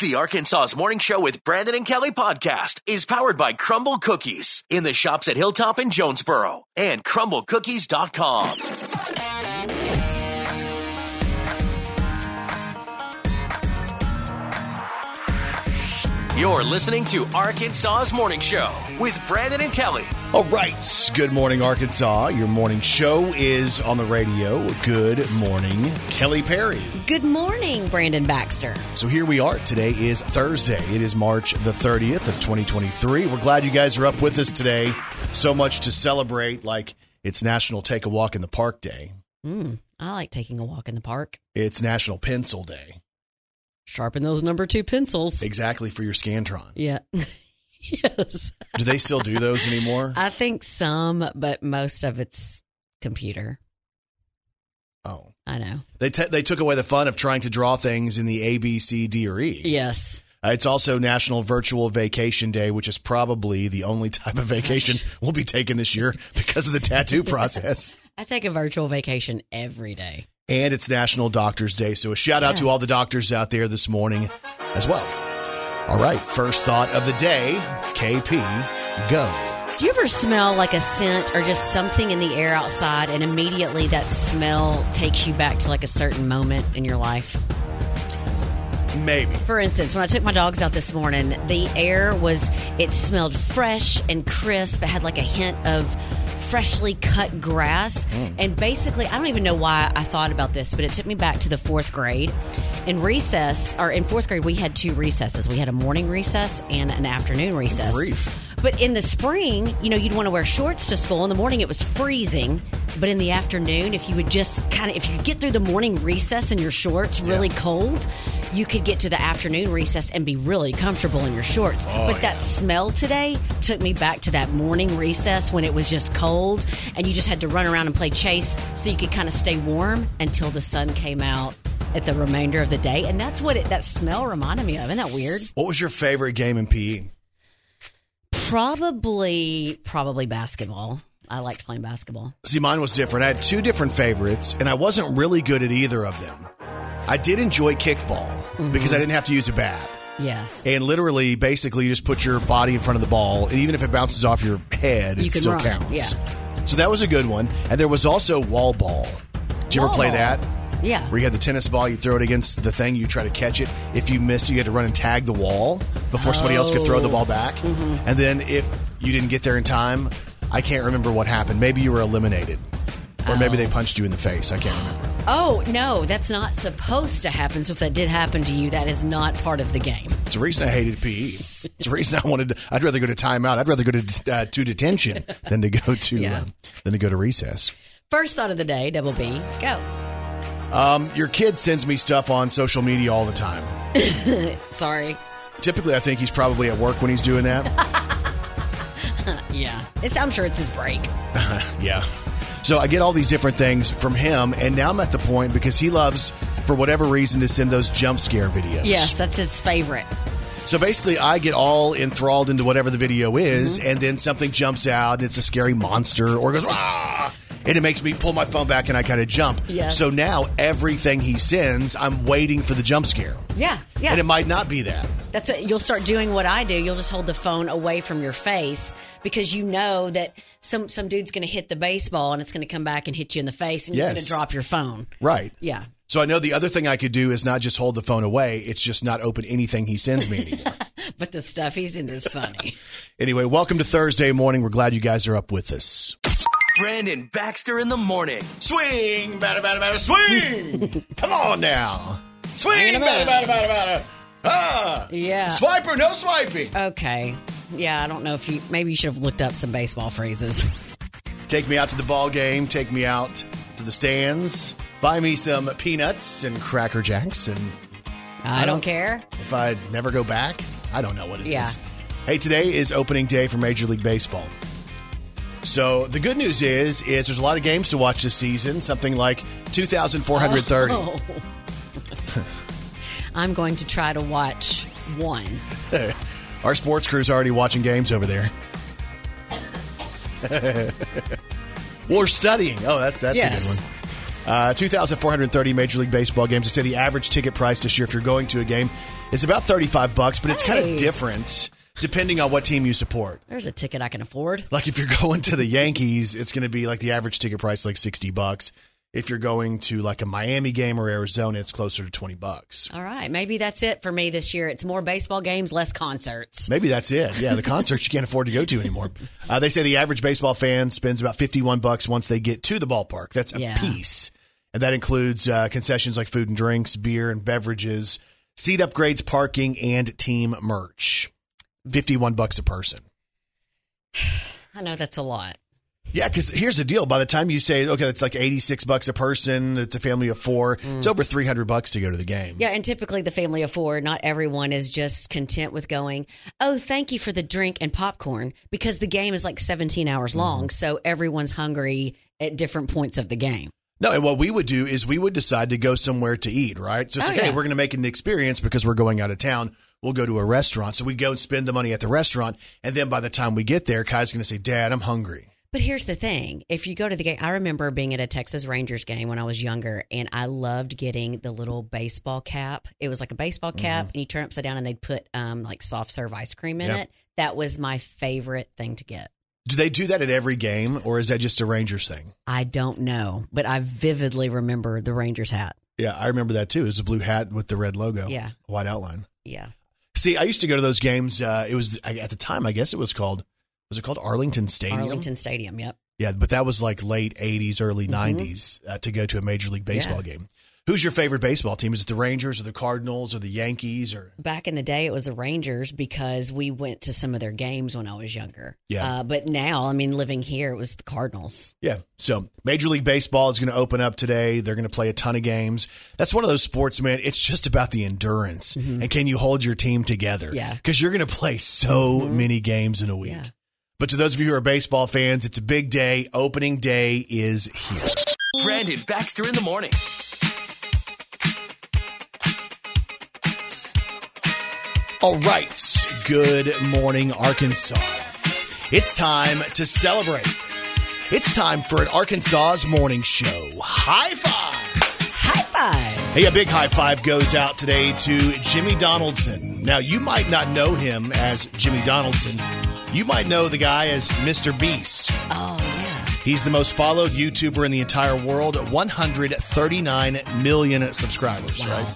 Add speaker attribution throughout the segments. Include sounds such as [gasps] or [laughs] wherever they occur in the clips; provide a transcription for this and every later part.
Speaker 1: The Arkansas's Morning Show with Brandon and Kelly podcast is powered by Crumble Cookies in the shops at Hilltop and Jonesboro and crumblecookies.com. You're listening to Arkansas's Morning Show with Brandon and Kelly.
Speaker 2: All right. Good morning, Arkansas. Your morning show is on the radio. Good morning, Kelly Perry.
Speaker 3: Good morning, Brandon Baxter.
Speaker 2: So here we are. Today is Thursday. It is March the 30th of 2023. We're glad you guys are up with us today. So much to celebrate, like it's National Take a Walk in the Park Day.
Speaker 3: Mm, I like taking a walk in the park.
Speaker 2: It's National Pencil Day.
Speaker 3: Sharpen those number two pencils.
Speaker 2: Exactly for your Scantron.
Speaker 3: Yeah. [laughs] yes.
Speaker 2: Do they still do those anymore?
Speaker 3: [laughs] I think some, but most of it's computer.
Speaker 2: Oh.
Speaker 3: I know.
Speaker 2: They, t- they took away the fun of trying to draw things in the A, B, C, D, or E.
Speaker 3: Yes.
Speaker 2: Uh, It's also National Virtual Vacation Day, which is probably the only type of vacation we'll be taking this year because of the tattoo process.
Speaker 3: I take a virtual vacation every day.
Speaker 2: And it's National Doctors Day. So a shout out to all the doctors out there this morning as well. All right. First thought of the day KP, go.
Speaker 3: Do you ever smell like a scent or just something in the air outside and immediately that smell takes you back to like a certain moment in your life?
Speaker 2: Maybe.
Speaker 3: For instance, when I took my dogs out this morning, the air was, it smelled fresh and crisp. It had like a hint of freshly cut grass. And basically, I don't even know why I thought about this, but it took me back to the fourth grade. In recess, or in fourth grade, we had two recesses we had a morning recess and an afternoon recess.
Speaker 2: Brief.
Speaker 3: But in the spring, you know, you'd want to wear shorts to school. In the morning, it was freezing. But in the afternoon, if you would just kind of, if you could get through the morning recess in your shorts really cold, you could get to the afternoon recess and be really comfortable in your shorts. but that smell today took me back to that morning recess when it was just cold and you just had to run around and play chase so you could kind of stay warm until the sun came out at the remainder of the day. And that's what it, that smell reminded me of. Isn't that weird?
Speaker 2: What was your favorite game in E? PE?
Speaker 3: Probably, probably basketball. I liked playing basketball.
Speaker 2: See, mine was different. I had two different favorites, and I wasn't really good at either of them. I did enjoy kickball because I didn't have to use a bat.
Speaker 3: Yes.
Speaker 2: And literally, basically, you just put your body in front of the ball, and even if it bounces off your head,
Speaker 3: You
Speaker 2: it
Speaker 3: can
Speaker 2: still
Speaker 3: run,
Speaker 2: counts.
Speaker 3: yeah.
Speaker 2: So that was a good one. And there was also wall ball. Did you ever
Speaker 3: Wall
Speaker 2: play
Speaker 3: ball?
Speaker 2: that?
Speaker 3: Yeah.
Speaker 2: Where you had the tennis ball, you throw it against the thing, you try to catch it. If you missed, you had to run and tag the wall before somebody else could throw the ball
Speaker 3: Oh.
Speaker 2: back.
Speaker 3: Mm-hmm.
Speaker 2: And then if you didn't get there in time, I can't remember what happened. Maybe you were eliminated, or maybe they punched you in the face. I can't remember.
Speaker 3: Oh, no, that's not supposed to happen. So if that did happen to you, that is not part of the game.
Speaker 2: It's the reason I hated PE. It's the reason I wanted. I'd rather go to timeout. I'd rather go to uh, to detention than to go to
Speaker 3: Yeah.
Speaker 2: uh, than to go to recess.
Speaker 3: First thought of the day, double B, go.
Speaker 2: Um, your kid sends me stuff on social media all the time.
Speaker 3: Sorry.
Speaker 2: Typically, I think he's probably at work when he's doing that.
Speaker 3: Yeah. It's I'm sure it's his break.
Speaker 2: yeah. So I get all these different things from him, and now I'm at the point because he loves, for whatever reason, to send those jump scare videos.
Speaker 3: Yes, that's his favorite.
Speaker 2: So basically, I get all enthralled into whatever the video is,
Speaker 3: Mm-hmm.
Speaker 2: and then something jumps out, and it's a scary monster, or it goes, ah! And it makes me pull my phone back and I kind of jump.
Speaker 3: Yes.
Speaker 2: So now everything he sends, I'm waiting for the jump scare.
Speaker 3: Yeah. Yeah.
Speaker 2: And it might not be that.
Speaker 3: That's what you'll start doing what I do. You'll just hold the phone away from your face because you know that some some dude's going to hit the baseball and it's going to come back and hit you in the face and you're going
Speaker 2: Yes.
Speaker 3: to drop your phone.
Speaker 2: Right.
Speaker 3: Yeah.
Speaker 2: So I know the other thing I could do is not just hold the phone away, it's just not open anything he sends me
Speaker 3: [laughs]
Speaker 2: anymore.
Speaker 3: But the stuff he's in is funny.
Speaker 2: anyway, welcome to Thursday morning. We're glad you guys are up with us.
Speaker 1: Brandon Baxter in the morning.
Speaker 2: Swing, batter, batter, batter,
Speaker 3: [laughs]
Speaker 2: swing! Come on now. Swing,
Speaker 3: Hanging
Speaker 2: batter, batter,
Speaker 3: around.
Speaker 2: batter, batter. Ah!
Speaker 3: [laughs] Yeah.
Speaker 2: Swiper, no swiping.
Speaker 3: Okay. Yeah, I don't know if you maybe you should have looked up some baseball phrases.
Speaker 2: Take me out to the ball game. Take me out to the stands. Buy me some peanuts and cracker jacks. And
Speaker 3: I, don't,
Speaker 2: don't-
Speaker 3: care.
Speaker 2: if I never go back, I don't know what it is.
Speaker 3: Yeah.
Speaker 2: Hey, today is opening day for Major League Baseball. So the good news is, is there's a lot of games to watch this season. Something like 2,430.
Speaker 3: Oh. [laughs] I'm going to try to watch one.
Speaker 2: Our sports crew's already watching games over
Speaker 3: [laughs]
Speaker 2: there. We're studying. Oh, that's that's a
Speaker 3: Yes.
Speaker 2: good one. Uh, 2,430 Major League Baseball games. I say the average ticket price this year, if you're going to a game, is about 35 bucks, but it's kind
Speaker 3: Hey.
Speaker 2: of different depending on what team you support.
Speaker 3: There's a ticket I can afford.
Speaker 2: Like if you're [laughs] going to the Yankees, it's going to be like the average ticket price like 60 bucks. If you're going to like a Miami game or Arizona, it's closer to 20 bucks.
Speaker 3: All right, maybe that's it for me this year. It's more baseball games, less concerts.
Speaker 2: Maybe that's it. Yeah, the concerts you can't afford to go to anymore. Uh, they say the average baseball fan spends about 51 bucks once they get to the ballpark. That's a
Speaker 3: Yeah.
Speaker 2: piece. And that includes uh, concessions like food and drinks, beer and beverages, seat upgrades, parking, and team merch. 51 bucks a person.
Speaker 3: I know that's a lot.
Speaker 2: Yeah, because here's the deal. By the time you say, okay, it's like 86 bucks a person, it's a family of four, it's over 300 bucks to go to the game.
Speaker 3: Yeah, and typically the family of four, not everyone is just content with going, oh, thank you for the drink and popcorn, because the game is like 17 hours long. So everyone's hungry at different points of the game.
Speaker 2: No, and what we would do is we would decide to go somewhere to eat, right? So it's
Speaker 3: Oh,
Speaker 2: like, hey,
Speaker 3: yeah.
Speaker 2: we're going to make it an experience because we're going out of town. We'll go to a restaurant. So we go and spend the money at the restaurant. And then by the time we get there, Kai's going to say, Dad, I'm hungry.
Speaker 3: But here's the thing if you go to the game, I remember being at a Texas Rangers game when I was younger, and I loved getting the little baseball cap. It was like a baseball cap, and you turn it upside down, and they'd put um, like soft serve ice cream in
Speaker 2: Yeah.
Speaker 3: it. That was my favorite thing to get.
Speaker 2: Do they do that at every game or is that just a Rangers thing?
Speaker 3: I don't know, but I vividly remember the Rangers hat.
Speaker 2: Yeah, I remember that too. It was a blue hat with the red logo.
Speaker 3: Yeah.
Speaker 2: White outline.
Speaker 3: Yeah.
Speaker 2: See, I used to go to those games. Uh, it was I- at the time, I guess it was called, was it called Arlington Stadium?
Speaker 3: Arlington Stadium. Yep.
Speaker 2: Yeah, but that was like late 80s, early
Speaker 3: Mhm.
Speaker 2: 90s uh, to go to a Major League Baseball game. Who's your favorite baseball team? Is it the Rangers or the Cardinals or the Yankees or
Speaker 3: Back in the day, it was the Rangers because we went to some of their games when I was younger.
Speaker 2: Yeah.
Speaker 3: Uh, but now, I mean, living here, it was the Cardinals.
Speaker 2: Yeah. So Major League Baseball is going to open up today. They're going to play a ton of games. That's one of those sports, man. It's just about the endurance and can you hold your team together?
Speaker 3: Mm-hmm. Yeah. Mm-hmm.
Speaker 2: Because you're going to play so many games in a week.
Speaker 3: Yeah.
Speaker 2: But to those of you who are baseball fans, it's a big day. Opening day is here.
Speaker 1: Brandon Baxter in the morning.
Speaker 2: All right. Good morning, Arkansas. It's time to celebrate. It's time for an Arkansas's morning show. High five!
Speaker 3: High five.
Speaker 2: Hey, a big high five goes out today to Jimmy Donaldson. Now, you might not know him as Jimmy Donaldson. You might know the guy as Mr. Beast.
Speaker 3: Oh, yeah.
Speaker 2: He's the most followed YouTuber in the entire world, 139 million subscribers, right?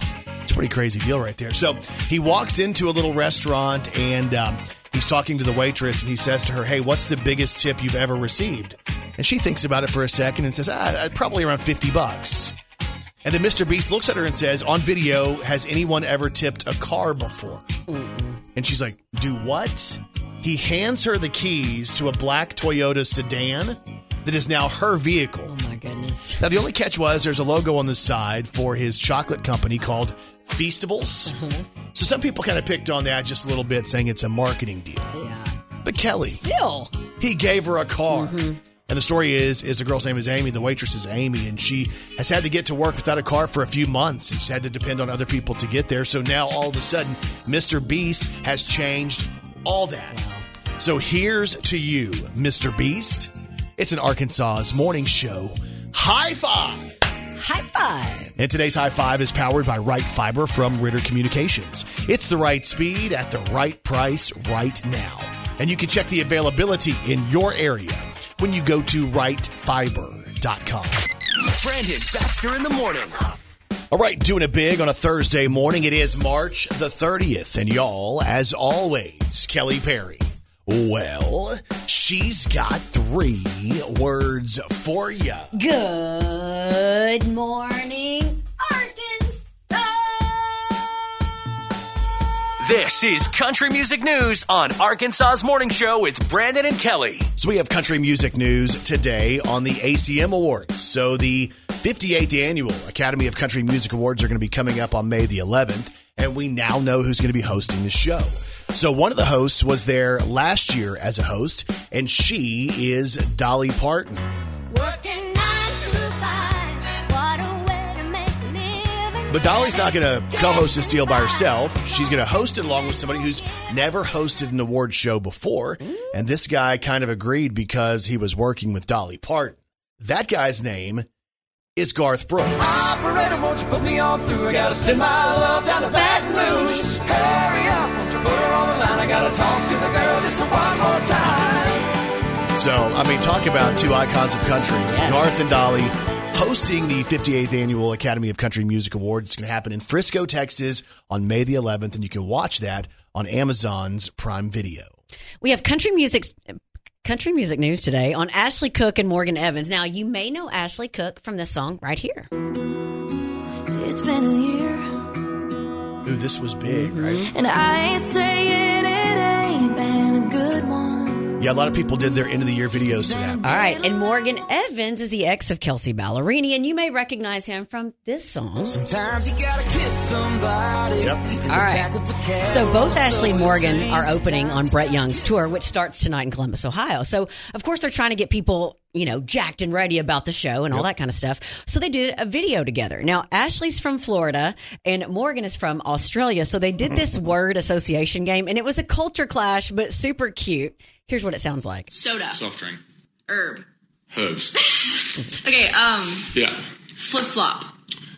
Speaker 2: It's a pretty crazy deal right there. So he walks into a little restaurant and um, he's talking to the waitress and he says to her, Hey, what's the biggest tip you've ever received? And she thinks about it for a second and says, ah, Probably around 50 bucks. And then Mr. Beast looks at her and says, On video, has anyone ever tipped a car before? And she's like, Do what? He hands her the keys to a black Toyota sedan that is now her vehicle.
Speaker 3: Oh, my goodness.
Speaker 2: Now, the only catch was there's a logo on the side for his chocolate company called Feastables. So some people kind of picked on that just a little bit, saying it's a marketing deal.
Speaker 3: Yeah.
Speaker 2: But Kelly,
Speaker 3: Still.
Speaker 2: he gave her a car. And the story is, is the girl's name is Amy. The waitress is Amy, and she has had to get to work without a car for a few months. And she's had to depend on other people to get there. So now all of a sudden, Mr. Beast has changed all that. So here's to you, Mr. Beast. It's an Arkansas's morning show. High five!
Speaker 3: High five.
Speaker 2: And today's high five is powered by Right Fiber from Ritter Communications. It's the right speed at the right price right now. And you can check the availability in your area when you go to rightfiber.com.
Speaker 1: Brandon Baxter in the morning.
Speaker 2: All right, doing it big on a Thursday morning. It is March the 30th, and y'all, as always, Kelly Perry. Well, she's got three words for you.
Speaker 3: Good morning, Arkansas.
Speaker 1: This is Country Music News on Arkansas's Morning Show with Brandon and Kelly.
Speaker 2: So we have country music news today on the ACM Awards. So the 58th annual Academy of Country Music Awards are going to be coming up on May the 11th, and we now know who's going to be hosting the show. So one of the hosts was there last year as a host, and she is Dolly Parton.
Speaker 4: Working nine to five. What a way to make a living.
Speaker 2: But Dolly's not going to co-host this deal by herself. She's going to host it along with somebody who's never hosted an award show before, and this guy kind of agreed because he was working with Dolly Parton. That guy's name is Garth Brooks.
Speaker 5: Operator, won't you put me on through? I gotta send my love down to Baton Rouge. Hurry up, won't you put her on the line? I gotta talk to the girl just one more time.
Speaker 2: So, I mean, talk about two icons of country, Garth and Dolly. Hosting the 58th annual Academy of Country Music Awards. It's going to happen in Frisco, Texas on May the 11th, and you can watch that on Amazon's Prime Video.
Speaker 3: We have country music country music news today on Ashley Cook and Morgan Evans. Now you may know Ashley Cook from this song right here.
Speaker 6: It's been a year,
Speaker 2: Ooh, this was big, right?
Speaker 6: and I ain't saying it ain't been a good one.
Speaker 2: Yeah, a lot of people did their end of the year videos to that.
Speaker 3: All right, and Morgan Evans is the ex of Kelsey Ballerini, and you may recognize him from this song.
Speaker 5: Sometimes you gotta kiss somebody.
Speaker 2: Yep.
Speaker 3: All right. So both Ashley and Morgan are opening on Brett Young's tour, which starts tonight in Columbus, Ohio. So of course they're trying to get people, you know, jacked and ready about the show and all that kind of stuff. So they did a video together. Now Ashley's from Florida and Morgan is from Australia. So they did this word association game and it was a culture clash, but super cute. Here's what it sounds like.
Speaker 7: Soda.
Speaker 8: Soft drink.
Speaker 7: Herb. [laughs]
Speaker 8: Hooves.
Speaker 7: Okay, um,
Speaker 8: Yeah.
Speaker 7: flip flop.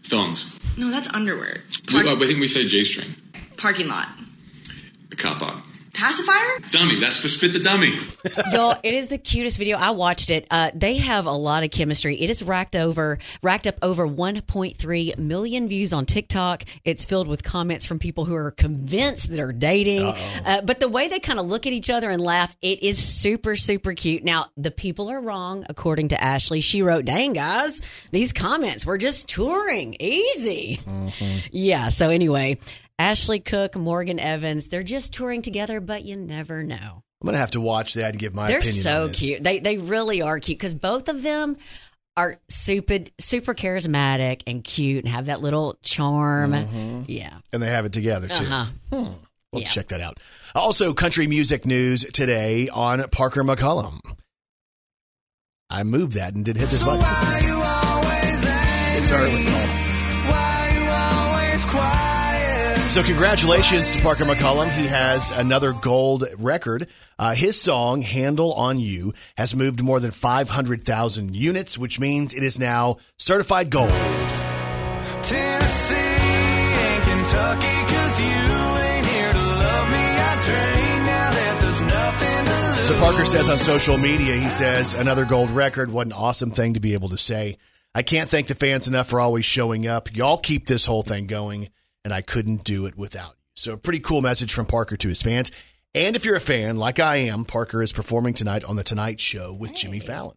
Speaker 8: Thongs.
Speaker 7: No, that's underwear.
Speaker 8: We,
Speaker 7: Park-
Speaker 8: uh, I think we say J string.
Speaker 7: parking lot.
Speaker 8: A cop out.
Speaker 7: Pacifier?
Speaker 8: Dummy. That's for spit the dummy.
Speaker 3: Y'all, it is the cutest video. I watched it. Uh, they have a lot of chemistry. It is racked over, racked up over 1.3 million views on TikTok. It's filled with comments from people who are convinced that are dating. Uh, but the way they kind of look at each other and laugh, it is super, super cute. Now, the people are wrong, according to Ashley. She wrote, "Dang guys, these comments were just touring easy." Yeah. So anyway, Ashley Cook, Morgan Evans, they're just touring together, but you never know.
Speaker 2: I'm going to have to watch that and give my
Speaker 3: They're
Speaker 2: opinion.
Speaker 3: so
Speaker 2: on this.
Speaker 3: cute. They they really are cute because both of them are super super charismatic and cute and have that little charm. Yeah.
Speaker 2: And they have it together, Mm-hmm. too.
Speaker 3: Uh-huh.
Speaker 2: We'll
Speaker 3: Yeah.
Speaker 2: check that out. Also, country music news today on Parker McCollum. I moved that and did hit this button.
Speaker 5: Why you always angry?
Speaker 2: It's early.
Speaker 5: Why you always quiet?
Speaker 2: So, congratulations to Parker McCollum. He has another gold record. Uh, his song, Handle on You, has moved more than 500,000 units, which means it is now certified gold.
Speaker 5: Tennessee and Kentucky, cause you ain't here to love me. I drain now that there's nothing to lose.
Speaker 2: So Parker says on social media, he says, another gold record. What an awesome thing to be able to say. I can't thank the fans enough for always showing up. Y'all keep this whole thing going, and I couldn't do it without you. So, a pretty cool message from Parker to his fans. And if you're a fan, like I am, Parker is performing tonight on The Tonight Show with Jimmy Fallon.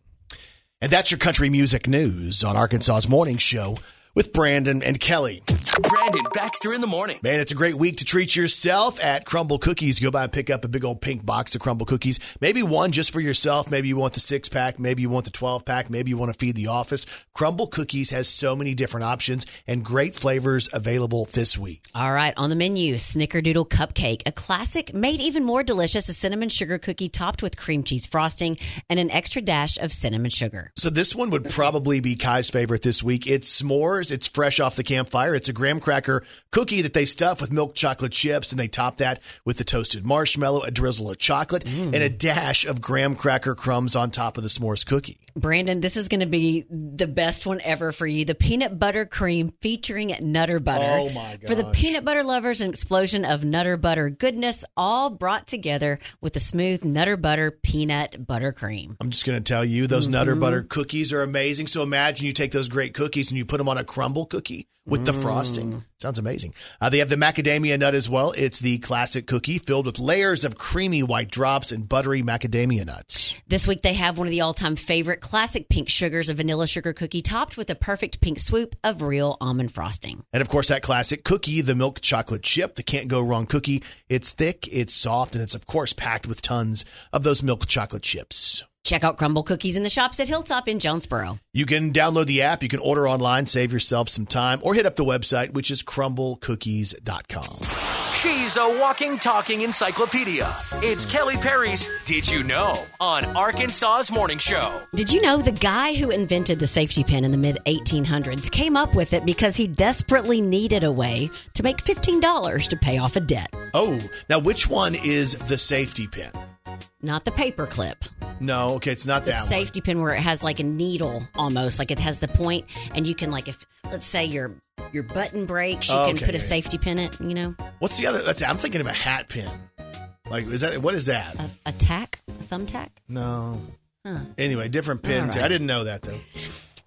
Speaker 2: And that's your country music news on Arkansas's Morning Show with Brandon and Kelly.
Speaker 1: Brandon Baxter in the morning.
Speaker 2: Man, it's a great week to treat yourself at Crumble Cookies. Go by and pick up a big old pink box of Crumble Cookies. Maybe one just for yourself. Maybe you want the six pack. Maybe you want the 12 pack. Maybe you want to feed the office. Crumble Cookies has so many different options and great flavors available this week.
Speaker 3: All right, on the menu, Snickerdoodle Cupcake, a classic made even more delicious, a cinnamon sugar cookie topped with cream cheese frosting and an extra dash of cinnamon sugar.
Speaker 2: So this one would probably be Kai's favorite this week. It's s'mores. It's fresh off the campfire. It's a graham cracker cookie that they stuff with milk chocolate chips and they top that with the toasted marshmallow, a drizzle of chocolate, and a dash of graham cracker crumbs on top of the s'mores cookie.
Speaker 3: Brandon, this is going to be the best one ever for you. The peanut butter cream featuring Nutter Butter.
Speaker 2: Oh, my
Speaker 3: For the
Speaker 2: gosh.
Speaker 3: peanut butter lovers, an explosion of Nutter Butter goodness, all brought together with the smooth Nutter Butter peanut butter cream.
Speaker 2: I'm just going to tell you, those Nutter Butter cookies are amazing. So imagine you take those great cookies and you put them on a crumble cookie with the frosting. Sounds amazing. Uh, they have the macadamia nut as well. It's the classic cookie filled with layers of creamy white drops and buttery macadamia nuts.
Speaker 3: This week, they have one of the all time favorite classic pink sugars, a vanilla sugar cookie topped with a perfect pink swoop of real almond frosting.
Speaker 2: And of course, that classic cookie, the milk chocolate chip, the can't go wrong cookie. It's thick, it's soft, and it's of course packed with tons of those milk chocolate chips.
Speaker 3: Check out Crumble Cookies in the shops at Hilltop in Jonesboro.
Speaker 2: You can download the app, you can order online, save yourself some time, or hit up the website, which is crumblecookies.com.
Speaker 1: She's a walking, talking encyclopedia. It's Kelly Perry's Did You Know on Arkansas's Morning Show.
Speaker 3: Did you know the guy who invented the safety pin in the mid 1800s came up with it because he desperately needed a way to make $15 to pay off a debt,
Speaker 2: Oh, now which one is the safety pin?
Speaker 3: not the paper clip.
Speaker 2: No, okay, it's not
Speaker 3: the
Speaker 2: that one.
Speaker 3: safety pin where it has like a needle almost like it has the point and you can like if let's say your your button breaks you
Speaker 2: Okay,
Speaker 3: can put
Speaker 2: yeah,
Speaker 3: a
Speaker 2: yeah.
Speaker 3: safety pin it you know
Speaker 2: What's the other? That's I'm thinking of a hat pin. Like is that what is that?
Speaker 3: a, a tack a thumbtack
Speaker 2: No.
Speaker 3: Huh.
Speaker 2: Anyway, different pins. here. I didn't know that though.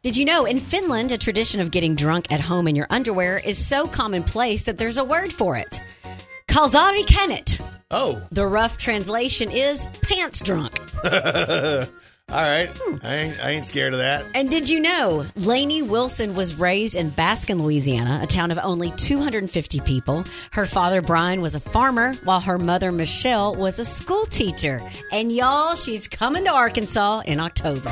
Speaker 3: Did you know in Finland, a tradition of getting drunk at home in your underwear is so commonplace that there's a word for it? Kalsari kenet.
Speaker 2: Oh, [laughs]
Speaker 3: The rough translation is pants drunk.
Speaker 2: all right. I ain't, I ain't scared of that.
Speaker 3: And did you know Lainey Wilson was raised in Baskin, Louisiana, a town of only 250 people? Her father, Brian, was a farmer, while her mother, Michelle, was a school teacher. And y'all, she's coming to Arkansas in October.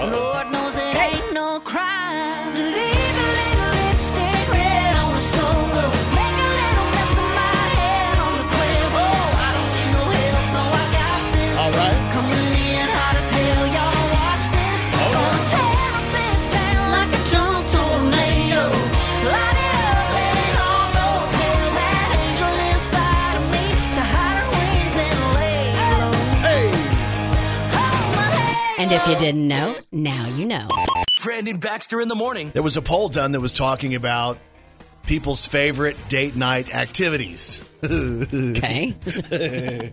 Speaker 6: Lord knows it ain't no crime to leave a little lipstick red on the shoulder. Make a little mess of my head on the crib. Oh, I don't need no help, no, I got this.
Speaker 2: All right.
Speaker 6: Coming in hot as hell, y'all watch this. Gonna tear this down like a drunk tornado. Light it up, let it all go. Tell that angel inside of me to hide her wings and lay low. Hold my hand
Speaker 3: And if you didn't know, now you know.
Speaker 1: Brandon Baxter in the morning.
Speaker 2: There was a poll done that was talking about people's favorite date night activities. [laughs]
Speaker 3: Okay. [laughs]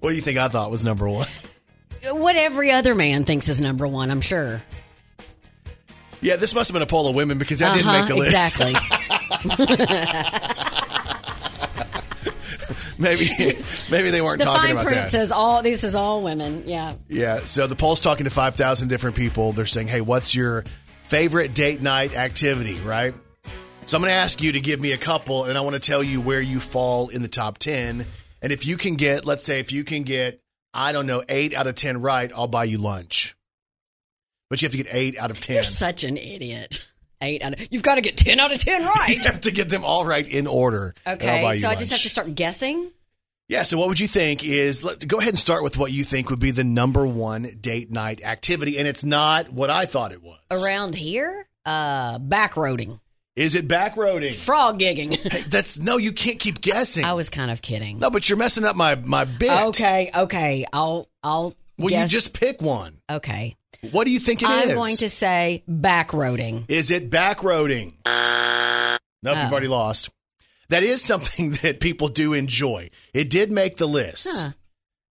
Speaker 2: What do you think I thought was number one?
Speaker 3: what every other man thinks is number one, I'm sure.
Speaker 2: Yeah, this must have been a poll of women because that didn't
Speaker 3: Uh-huh,
Speaker 2: make the list.
Speaker 3: Exactly.
Speaker 2: [laughs] Maybe maybe they weren't
Speaker 3: the
Speaker 2: talking
Speaker 3: fine
Speaker 2: about
Speaker 3: print
Speaker 2: that.
Speaker 3: says all this is all women. Yeah.
Speaker 2: Yeah. So the poll's talking to 5,000 different people. They're saying, hey, what's your favorite date night activity, right? So I'm going to ask you to give me a couple, and I want to tell you where you fall in the top 10. And if you can get, let's say, if you can get, I don't know, eight out of 10 right, I'll buy you lunch. But you have to get eight out of 10.
Speaker 3: You're such an idiot. Eight out of, you've got to get ten out of ten
Speaker 2: [laughs]
Speaker 3: right.
Speaker 2: You have to get them all right in order. and I'll buy
Speaker 3: [laughs] Okay,
Speaker 2: you
Speaker 3: so I just have
Speaker 2: lunch.
Speaker 3: to start guessing.
Speaker 2: Yeah, so what would you think is let, go ahead and start with what you think would be the number one date night activity, and it's not what I thought it was.
Speaker 3: Around here, uh, backroading,
Speaker 2: Is it backroading?
Speaker 3: frog gigging.
Speaker 2: Hey, that's no, you can't keep guessing.
Speaker 3: [laughs] I was kind of kidding.
Speaker 2: no, but you're messing up my my bit.
Speaker 3: Okay, okay, I'll, I'll.
Speaker 2: Well,
Speaker 3: guess.
Speaker 2: you just pick one.
Speaker 3: okay.
Speaker 2: What do you think it is?
Speaker 3: I'm going to say backroading.
Speaker 2: Is it backroading? Nope, you've
Speaker 3: Oh.
Speaker 2: already lost. That is something [laughs] that people do enjoy. It did make the list.
Speaker 3: Huh.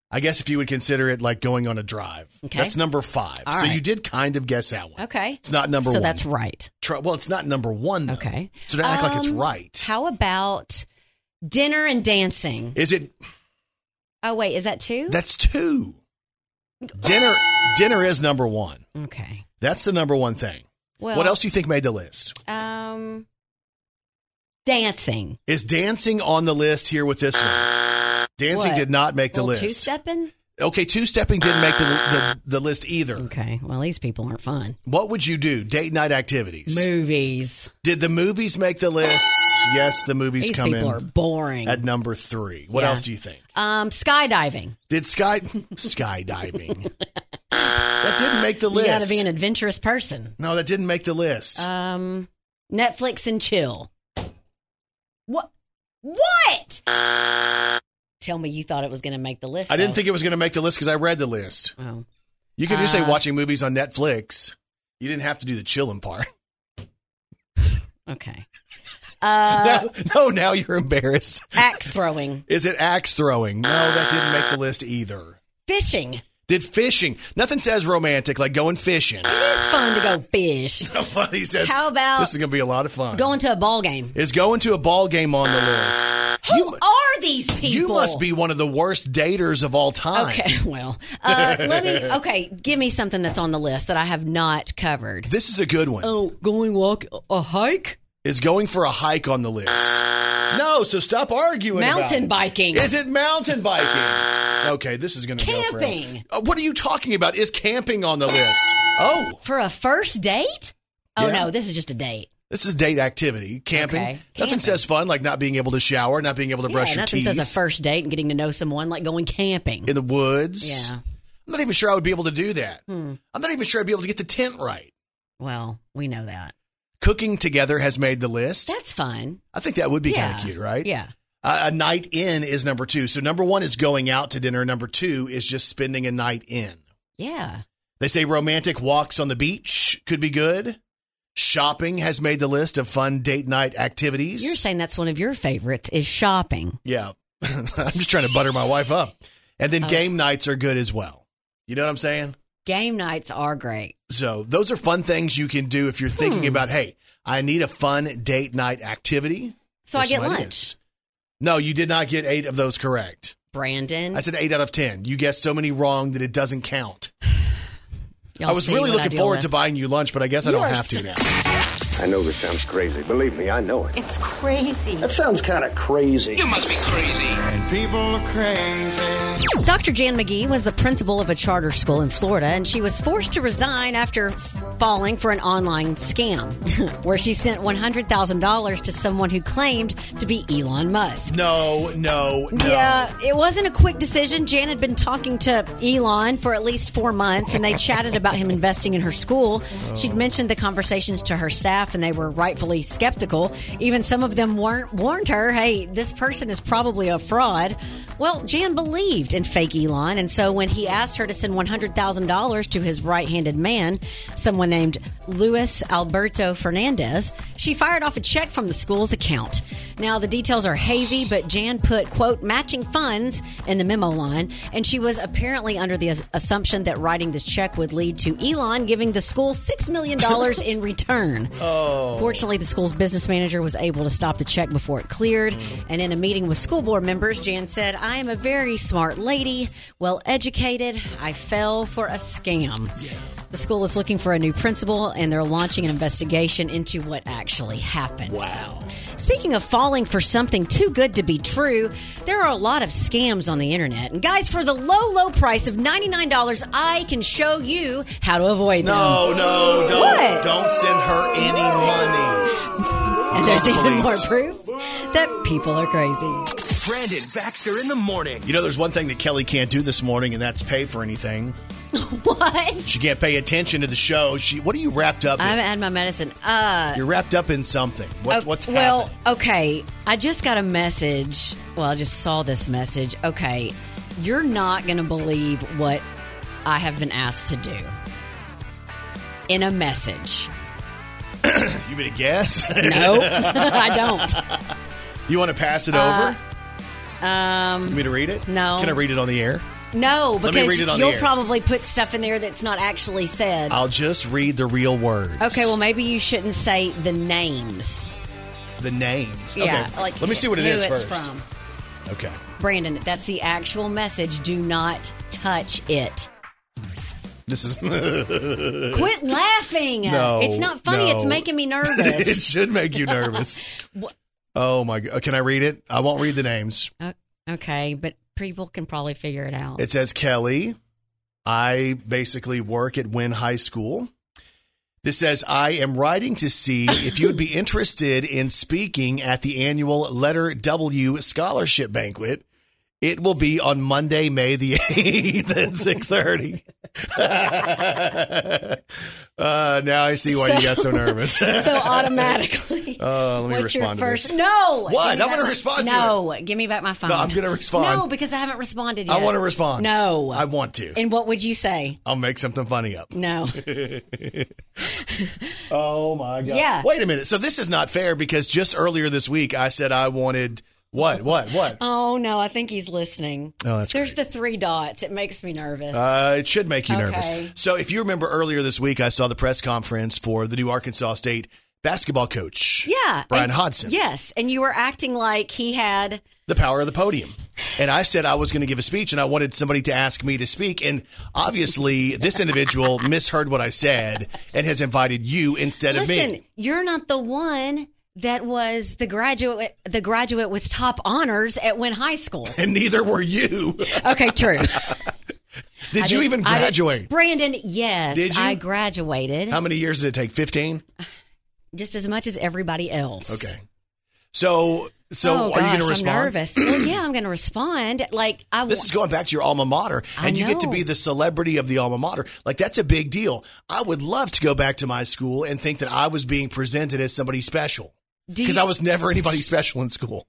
Speaker 2: I guess if you would consider it like going on a drive.
Speaker 3: Okay.
Speaker 2: That's number five.
Speaker 3: All
Speaker 2: so
Speaker 3: right.
Speaker 2: you did kind of guess that one.
Speaker 3: Okay.
Speaker 2: It's not number
Speaker 3: so
Speaker 2: one.
Speaker 3: that's right.
Speaker 2: Try- well, it's not number one. Though.
Speaker 3: Okay.
Speaker 2: So don't act like it's
Speaker 3: Um,
Speaker 2: right.
Speaker 3: How about dinner and dancing?
Speaker 2: is it?
Speaker 3: Oh wait, is that two?
Speaker 2: That's two. Dinner. dinner is number one.
Speaker 3: okay.
Speaker 2: That's the number one thing.
Speaker 3: Well,
Speaker 2: what else do you think made the list?
Speaker 3: Um, dancing.
Speaker 2: Is dancing on the list here with this one? Dancing
Speaker 3: What?
Speaker 2: did not make the
Speaker 3: Well,
Speaker 2: list.
Speaker 3: Two stepping.
Speaker 2: Okay, two stepping didn't make the, the the list either.
Speaker 3: Okay. Well, these people aren't fun.
Speaker 2: What would you do? Date night activities.
Speaker 3: Movies.
Speaker 2: Did the movies make the list? Yes, the movies
Speaker 3: these
Speaker 2: come
Speaker 3: people
Speaker 2: in
Speaker 3: are boring.
Speaker 2: at number three. What
Speaker 3: Yeah.
Speaker 2: else do you think?
Speaker 3: um, skydiving.
Speaker 2: Did sky [laughs] skydiving? that didn't make the
Speaker 3: You
Speaker 2: list.
Speaker 3: got to be an adventurous person.
Speaker 2: no, that didn't make the list.
Speaker 3: Um, Netflix and chill. What? What? Tell me you thought it was going to make the list.
Speaker 2: I
Speaker 3: though.
Speaker 2: didn't think it was going to make the list because I read the list.
Speaker 3: Oh.
Speaker 2: You could just say
Speaker 3: Uh,
Speaker 2: watching movies on Netflix. You didn't have to do the chilling part.
Speaker 3: Okay. Uh,
Speaker 2: [laughs] no, now you're embarrassed.
Speaker 3: axe throwing,
Speaker 2: Is it axe throwing? No, that didn't make the list either.
Speaker 3: fishing.
Speaker 2: Did fishing? Nothing says romantic like going
Speaker 3: [laughs]
Speaker 2: fishing.
Speaker 3: It's fun to go
Speaker 2: [laughs]
Speaker 3: fish.
Speaker 2: Nobody says.
Speaker 3: How about
Speaker 2: this is going to be a lot of fun?
Speaker 3: Going to a ball game.
Speaker 2: is going to a ball game on the list? You, mu-
Speaker 3: Are these people?
Speaker 2: you must be one of the worst daters of all time.
Speaker 3: Okay, [laughs] well, uh, let me.
Speaker 2: [laughs]
Speaker 3: Okay, give me something that's on the list that I have not covered.
Speaker 2: This is a good one.
Speaker 3: Oh, going walk a hike,
Speaker 2: Is going for a hike on the
Speaker 3: [gasps]
Speaker 2: list? No, so stop arguing. about
Speaker 3: mountain
Speaker 2: it.
Speaker 3: biking. Uh,
Speaker 2: Is it mountain biking? Okay, this is going to Go forever.
Speaker 3: Camping.
Speaker 2: Uh, what are you talking about? Is camping on the list? Oh,
Speaker 3: for a first date? Oh
Speaker 2: Yeah.
Speaker 3: no, this is just a date.
Speaker 2: this is date activity. Camping.
Speaker 3: Okay,
Speaker 2: Nothing
Speaker 3: camping.
Speaker 2: says fun like not being able to shower, not being able to brush
Speaker 3: yeah,
Speaker 2: your
Speaker 3: nothing
Speaker 2: teeth
Speaker 3: says a first date and getting to know someone like going camping.
Speaker 2: in the woods.
Speaker 3: yeah. Hmm.
Speaker 2: I'm not even sure I would be able to do that. I'm not even sure I'd be able to get the tent right.
Speaker 3: Well, we know that.
Speaker 2: Cooking together has made the list.
Speaker 3: That's fun.
Speaker 2: I think that would be
Speaker 3: yeah.
Speaker 2: kind of cute, right?
Speaker 3: Yeah.
Speaker 2: Uh, a night in is number two. So number one is going out to dinner. Number two is just spending a night in.
Speaker 3: Yeah.
Speaker 2: They say romantic walks on the beach could be good. Shopping has made the list of fun date night activities.
Speaker 3: You're saying that's one of your favorites is shopping.
Speaker 2: yeah. [laughs] I'm just trying to butter my wife up. And
Speaker 3: Oh.
Speaker 2: then game nights are good as well. You know what I'm saying?
Speaker 3: Game nights are great.
Speaker 2: So those are fun things you can do if you're thinking
Speaker 3: Hmm.
Speaker 2: about, hey, I need a fun date night activity.
Speaker 3: So
Speaker 2: Here's
Speaker 3: I get
Speaker 2: some
Speaker 3: lunch.
Speaker 2: ideas. No, you did not get eight of those correct.
Speaker 3: Brandon,
Speaker 2: I said eight out of ten. You guessed so many wrong that it doesn't count.
Speaker 3: y'all
Speaker 2: I was
Speaker 3: see
Speaker 2: really
Speaker 3: what I
Speaker 2: looking
Speaker 3: deal
Speaker 2: forward
Speaker 3: with.
Speaker 2: to buying you lunch, but I guess I
Speaker 3: You
Speaker 2: don't
Speaker 3: are
Speaker 2: have to now.
Speaker 9: I know this sounds crazy. Believe me, I know it.
Speaker 10: It's crazy.
Speaker 9: That sounds kind of crazy.
Speaker 5: And people are crazy.
Speaker 3: Dr. Jan McGee was the principal of a charter school in Florida, and she was forced to resign after falling for an online scam [laughs] where she sent $100,000 to someone who claimed to be Elon Musk.
Speaker 2: No, no, no.
Speaker 3: Yeah, it wasn't a quick decision. Jan had been talking to Elon for at least four months, and they chatted about him investing in her school. She'd mentioned the conversations to her staff, and they were rightfully skeptical. Even some of them warned, warned her, hey, this person is probably a fraud. Well, Jan believed in fake Elon, and so when he asked her to send $100,000 to his right handed man, someone named Luis Alberto Fernandez, she fired off a check from the school's account. Now, the details are hazy, but Jan put, quote, matching funds in the memo line, and she was apparently under the assumption that writing this check would lead to Elon giving the school $6 million in return. Fortunately, the school's business manager was able to stop the check before it cleared. And in a meeting with school board members, Jan said, I am a very smart lady, well educated. I fell for a scam. The school is looking for a new principal, and they're launching an investigation into what actually happened. Wow. Speaking of falling for something too good to be true, there are a lot of scams on the internet. And guys, for the low, low price of $99, I can show you how to avoid them.
Speaker 2: No, no, don't,
Speaker 3: What?
Speaker 2: don't send her any money.
Speaker 3: And there's even more
Speaker 2: Please.
Speaker 3: proof that people are crazy.
Speaker 1: Brandon Baxter in the morning.
Speaker 2: You know, there's one thing that Kelly can't do this morning, and that's pay for anything.
Speaker 3: What?
Speaker 2: She can't pay attention to the show. She, what are you wrapped up
Speaker 3: I
Speaker 2: in?
Speaker 3: haven't had my medicine. Uh,
Speaker 2: You're wrapped up in something. What's,
Speaker 3: uh,
Speaker 2: what's
Speaker 3: well,
Speaker 2: happening?
Speaker 3: okay. I just got a message. Well, I just saw this message. Okay, you're not going to believe what I have been asked to do in a message.
Speaker 2: You made a guess? [laughs]
Speaker 3: No, I don't.
Speaker 2: you want to pass it over? Um, you want me to read it?
Speaker 3: uh, no.
Speaker 2: Can I read it on the air?
Speaker 3: No,
Speaker 2: Let
Speaker 3: because
Speaker 2: me read it on the
Speaker 3: you'll
Speaker 2: air.
Speaker 3: probably put stuff in there that's not actually said.
Speaker 2: I'll just read the real words.
Speaker 3: okay, well, maybe you shouldn't say the names.
Speaker 2: the names.
Speaker 3: Yeah,
Speaker 2: Okay.
Speaker 3: like
Speaker 2: Let me see what it
Speaker 3: who
Speaker 2: is
Speaker 3: it's
Speaker 2: first.
Speaker 3: from.
Speaker 2: Okay.
Speaker 3: Brandon, that's the actual message. Do not touch it.
Speaker 2: This [laughs] is.
Speaker 3: Quit laughing.
Speaker 2: Uh, No,
Speaker 3: it's not funny.
Speaker 2: no.
Speaker 3: It's
Speaker 2: [laughs]
Speaker 3: making me
Speaker 2: it
Speaker 3: nervous.
Speaker 2: should make you
Speaker 3: [laughs]
Speaker 2: nervous. oh my god! Can I read it? I won't read the names.
Speaker 3: O- okay, but people can probably figure it out.
Speaker 2: It says Kelly. I basically work at Wynn High School. This says I am writing to see if you would
Speaker 3: [laughs]
Speaker 2: be interested in speaking at the annual Letter W Scholarship Banquet. It will be on Monday, May the [laughs] eighth at six thirty. [laughs] uh, now I see why you got so nervous.
Speaker 3: so automatically.
Speaker 2: Uh, [laughs] let me
Speaker 3: What's your
Speaker 2: respond to
Speaker 3: first?
Speaker 2: this.
Speaker 3: No.
Speaker 2: What?
Speaker 3: Give
Speaker 2: I
Speaker 3: me
Speaker 2: wanna
Speaker 3: back my-
Speaker 2: respond to
Speaker 3: No, give me back my phone.
Speaker 2: No, I'm gonna respond.
Speaker 3: No, because I haven't responded yet.
Speaker 2: I want to respond.
Speaker 3: No.
Speaker 2: I want to.
Speaker 3: and what would you say?
Speaker 2: I'll make something funny up. [laughs]
Speaker 3: No.
Speaker 2: Oh my god.
Speaker 3: Yeah.
Speaker 2: Wait a minute. So this is not fair because just earlier this week I said I wanted what? What? What?
Speaker 3: oh no, I think he's listening.
Speaker 2: Oh, that's
Speaker 3: There's the three dots. It makes me nervous.
Speaker 2: Uh, it should make you nervous.
Speaker 3: Okay.
Speaker 2: So if you remember earlier this week I saw the press conference for the new Arkansas State basketball coach.
Speaker 3: yeah.
Speaker 2: Brian
Speaker 3: and-
Speaker 2: Hodson.
Speaker 3: Yes, and you were acting like he had
Speaker 2: The power of the podium. And I said I was going to give a speech and I wanted somebody to ask me to speak and obviously this individual [laughs] misheard what I said and has invited you instead of me.
Speaker 3: Listen, you're not the one that was the graduate, the graduate with top honors at Wynn High School.
Speaker 2: And neither were
Speaker 3: [laughs]
Speaker 2: you.
Speaker 3: Okay, true.
Speaker 2: [laughs] Did
Speaker 3: I
Speaker 2: you
Speaker 3: did-
Speaker 2: even
Speaker 3: I did-
Speaker 2: graduate?
Speaker 3: Brandon? Yes,
Speaker 2: Did you?
Speaker 3: I graduated
Speaker 2: How many years did it take? 15?
Speaker 3: just as much as everybody else.
Speaker 2: Okay. So, so
Speaker 3: oh,
Speaker 2: are you
Speaker 3: gosh,
Speaker 2: going to
Speaker 3: I'm
Speaker 2: respond?
Speaker 3: nervous. well, yeah, I'm going to respond. Like I
Speaker 2: This is going back to your alma mater,
Speaker 3: I
Speaker 2: and you get to
Speaker 3: know.
Speaker 2: be the celebrity of the alma mater. Like that's a big deal. I would love to go back to my school and think that I was being presented as somebody special
Speaker 3: Do
Speaker 2: because [laughs]
Speaker 3: you-
Speaker 2: I was never anybody special in school.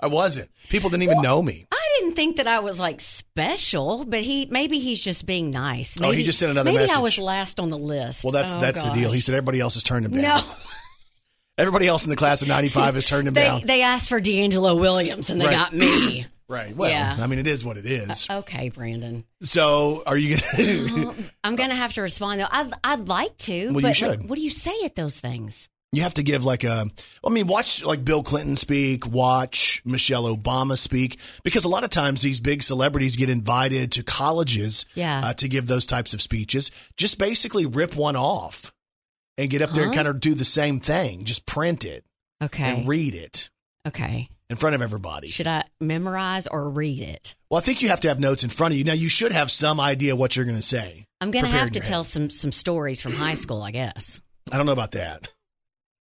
Speaker 2: I wasn't. People didn't even know me.
Speaker 3: I didn't think that I was like special, but he maybe he's just being nice.
Speaker 2: Oh,
Speaker 3: Maybe,
Speaker 2: he just sent another
Speaker 3: Maybe I
Speaker 2: message.
Speaker 3: was last on the list.
Speaker 2: Well, that's
Speaker 3: Oh,
Speaker 2: that's the deal. He said everybody else has turned him down.
Speaker 3: No,
Speaker 2: Everybody else in the class of
Speaker 3: [laughs]
Speaker 2: '95 has turned him
Speaker 3: they
Speaker 2: down.
Speaker 3: they asked for D'Angelo Williams and they
Speaker 2: Right. [clears throat]
Speaker 3: got me.
Speaker 2: right. Well,
Speaker 3: Yeah. Uh,
Speaker 2: I mean, it is what it is.
Speaker 3: okay, Brandon,
Speaker 2: so, are you
Speaker 3: Mm-hmm.
Speaker 2: gonna? [laughs]
Speaker 3: I'm gonna have to respond though. I'd I'd like to.
Speaker 2: Well, you
Speaker 3: but like,
Speaker 2: should.
Speaker 3: what do you say at those things?
Speaker 2: you have to give like a. I mean, watch like Bill Clinton speak. Watch Michelle Obama speak because a lot of times these big celebrities get invited to colleges.
Speaker 3: Yeah.
Speaker 2: Uh, to give those types of speeches, just basically rip one off, and get up there and
Speaker 3: Huh?
Speaker 2: kind of do the same thing. Just print it
Speaker 3: Okay,
Speaker 2: and read it
Speaker 3: okay.
Speaker 2: in front of everybody.
Speaker 3: Should I memorize or read it?
Speaker 2: Well, I think you have to have notes in front of you. Now, you should have some idea what you're going to say.
Speaker 3: I'm gonna
Speaker 2: Prepare
Speaker 3: have
Speaker 2: in
Speaker 3: to
Speaker 2: your
Speaker 3: tell
Speaker 2: head.
Speaker 3: some some stories from high school, I guess.
Speaker 2: I don't know about that.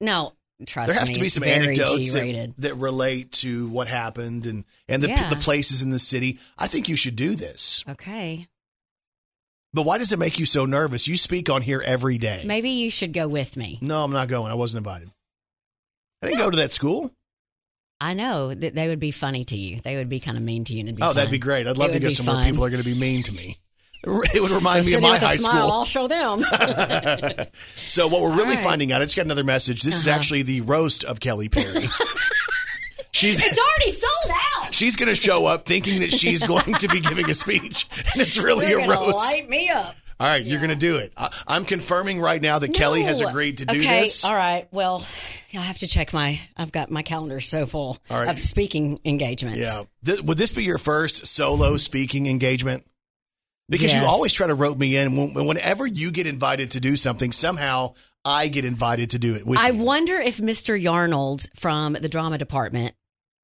Speaker 3: No, trust
Speaker 2: There
Speaker 3: me.
Speaker 2: have to be
Speaker 3: it's
Speaker 2: some
Speaker 3: very
Speaker 2: anecdotes that,
Speaker 3: G-rated.
Speaker 2: that relate to what happened and and the p-
Speaker 3: Yeah.
Speaker 2: the places in the city. I think you should do this.
Speaker 3: Okay,
Speaker 2: But why does it make you so nervous? You speak on here every day.
Speaker 3: maybe you should go with me.
Speaker 2: No, I'm not going. I wasn't invited. I didn't go to that school.
Speaker 3: I know that they would be funny to you. They would be kind of mean to you, and it'd be
Speaker 2: oh,
Speaker 3: fun.
Speaker 2: that'd be great. I'd love to
Speaker 3: It would
Speaker 2: go
Speaker 3: be
Speaker 2: somewhere
Speaker 3: fun.
Speaker 2: people are going to be mean to me. It would
Speaker 3: They'll
Speaker 2: remind me
Speaker 3: sit
Speaker 2: of
Speaker 3: there
Speaker 2: my
Speaker 3: with a
Speaker 2: high
Speaker 3: smile,
Speaker 2: school.
Speaker 3: I'll
Speaker 2: [laughs]
Speaker 3: show them.
Speaker 2: So what we're really
Speaker 3: right. Uh-huh.
Speaker 2: finding out, I just got another message. This is actually the roast of Kelly Perry.
Speaker 3: [laughs]
Speaker 2: she's
Speaker 3: it's already sold out.
Speaker 2: she's going to show up thinking that she's going to be giving a speech, and it's really
Speaker 3: You're
Speaker 2: a
Speaker 3: gonna
Speaker 2: roast.
Speaker 3: light me up.
Speaker 2: All right, you're going to do it. I, I'm confirming right now that Kelly has
Speaker 3: No.
Speaker 2: agreed to do
Speaker 3: okay,
Speaker 2: this.
Speaker 3: All right. Well, I have to check my. I've got my calendar so full
Speaker 2: All right.
Speaker 3: of speaking engagements.
Speaker 2: Yeah. Th- would this be your first solo speaking engagement? Because you
Speaker 3: Mm-hmm. Yes.
Speaker 2: always try to rope me in. When- Whenever you get invited to do something, somehow I get invited to do it with
Speaker 3: I
Speaker 2: you.
Speaker 3: wonder if Mr. Yarnold from the drama department,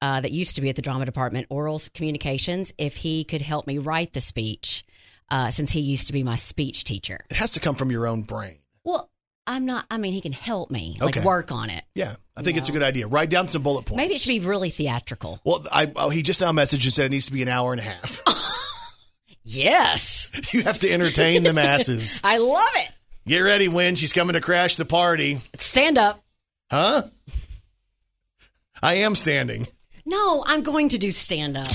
Speaker 3: uh, that used to be at the drama department, oral communications, if he could help me write the speech, uh, since he used to be my speech teacher.
Speaker 2: it has to come from your own brain.
Speaker 3: Well, I'm not. I mean, he can help me, like
Speaker 2: Okay.
Speaker 3: work on it.
Speaker 2: Yeah, I think it's a good idea. Write down some bullet points.
Speaker 3: Maybe it should be really theatrical.
Speaker 2: Well, I, oh, he just now messaged and said it needs to be an hour and a half. [laughs]
Speaker 3: Yes,
Speaker 2: you have to entertain the
Speaker 3: [laughs]
Speaker 2: masses.
Speaker 3: I love it.
Speaker 2: Get ready, Win. She's coming to crash the party.
Speaker 3: Stand up.
Speaker 2: Huh? I am standing.
Speaker 3: No, I'm going to do stand up.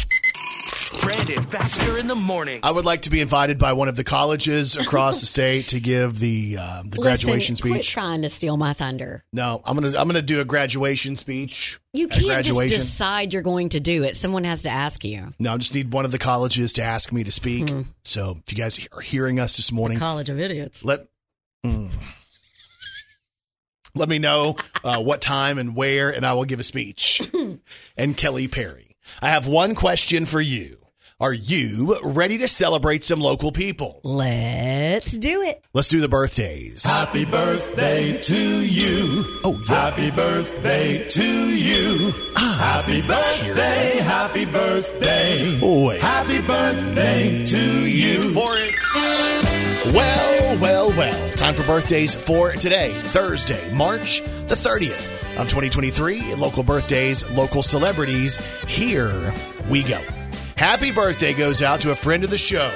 Speaker 1: Brandon Baxter in the morning.
Speaker 2: I would like to be invited by one of the
Speaker 3: [laughs]
Speaker 2: colleges across the state to give the uh, the graduation
Speaker 3: Listen, Quit
Speaker 2: speech.
Speaker 3: trying to steal my thunder.
Speaker 2: No, I'm gonna I'm gonna do a graduation speech.
Speaker 3: You
Speaker 2: at
Speaker 3: can't just
Speaker 2: graduation.
Speaker 3: decide you're going to do it. Someone has to ask you.
Speaker 2: No, I just need one of the colleges to ask me to speak.
Speaker 3: Hmm.
Speaker 2: So if you guys are hearing us this morning,
Speaker 3: College of Idiots.
Speaker 2: let Mm. let me know uh, what time and where, and I will give a
Speaker 3: [laughs]
Speaker 2: speech. and Kelly Perry, I have one question for you. Are you ready to celebrate some local people?
Speaker 3: Let's do it.
Speaker 2: Let's do the birthdays.
Speaker 5: Happy birthday to you.
Speaker 2: Oh, Ah.
Speaker 5: Happy birthday to you. happy birthday, happy birthday.
Speaker 2: Oh, wait.
Speaker 5: Happy birthday to you.
Speaker 2: for it. Well, well, well. Time for birthdays for today, Thursday, March the 30th of 2023. Local birthdays, local celebrities. Here we go. Happy birthday goes out to a friend of the show,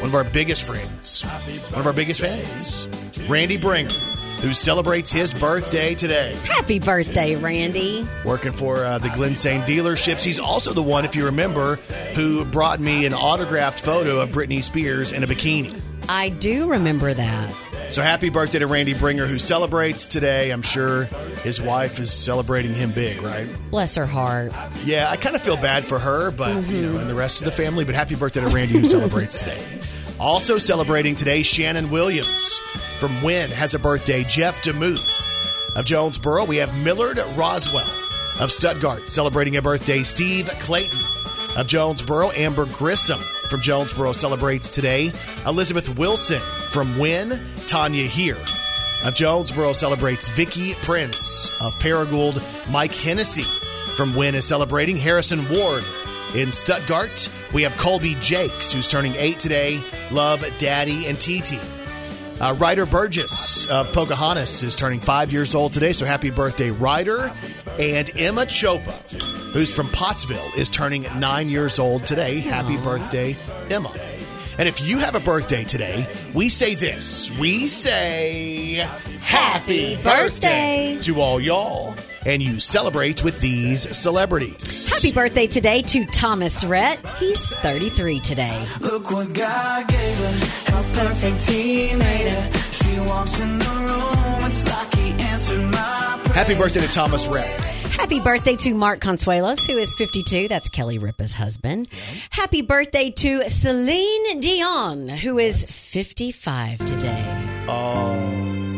Speaker 2: one of our biggest friends, one of our biggest fans, Randy Bringer, who celebrates his birthday today
Speaker 3: Happy birthday, Randy.
Speaker 2: working for uh, the Glensane dealerships. He's also the one, if you remember, who brought me an autographed photo of Britney Spears in a bikini.
Speaker 3: I do remember that.
Speaker 2: So happy birthday to Randy Bringer, who celebrates today. I'm sure his wife is celebrating him big, right?
Speaker 3: Bless her heart.
Speaker 2: Yeah, I kind of feel bad for her, but you know, and the rest of the family. But happy birthday to Randy, who celebrates today. Also celebrating today, Shannon Williams from Wynn has a birthday. Jeff DeMuth of Jonesboro. We have Millard Roswell of Stuttgart celebrating a birthday. Steve Clayton of Jonesboro. Amber Grissom from Jonesboro celebrates today. Elizabeth Wilson from Wynn. Tanya here of Jonesboro celebrates Vicky Prince of Paragould. Mike Hennessy from Wynn is celebrating Harrison Ward. In Stuttgart, we have Colby Jakes, who's turning eight today. Love Daddy and TT. Uh, Ryder Burgess of Pocahontas is turning five years old today, so happy birthday, Ryder. And Emma Chopa, who's from Pottsville, is turning nine years old today. Happy birthday, Emma. And if you have a birthday today, we say this. We say happy birthday to all y'all. and you celebrate with these celebrities.
Speaker 3: Happy birthday today to Thomas Rhett. He's 33 today.
Speaker 5: Look what God gave her, how perfect He made her. She walks in the room, it's like He answered my prayer.
Speaker 2: Happy birthday to Thomas Rhett.
Speaker 3: Happy birthday to Mark Consuelos, who is 52. That's Kelly Ripa's husband. Happy birthday to Celine Dion, who is 55 today.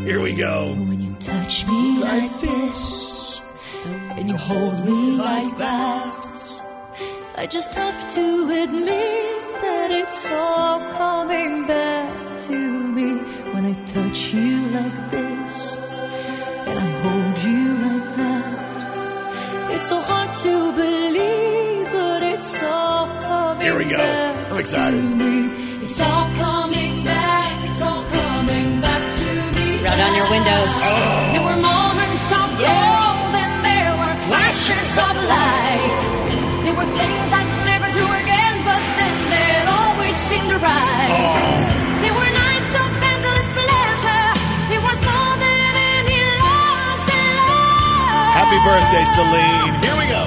Speaker 2: Here we go.
Speaker 6: When you touch me like this, and you hold me like that, I just have to admit that it's all coming back to me. When I touch you like this, and I hold you like that, it's so hard to believe, but it's all coming
Speaker 2: Here we go.
Speaker 6: back
Speaker 2: I'm excited.
Speaker 6: to me. It's all coming back, it's all coming back to me. Oh.
Speaker 3: Roll down your windows.
Speaker 6: There were moments of gold and there were flashes of light. There were things I'd never do again, but then they'd always seem to right.
Speaker 2: Oh.
Speaker 6: There were nights of endless pleasure. It was more than any love's love.
Speaker 2: Happy birthday, Celine. Here we go.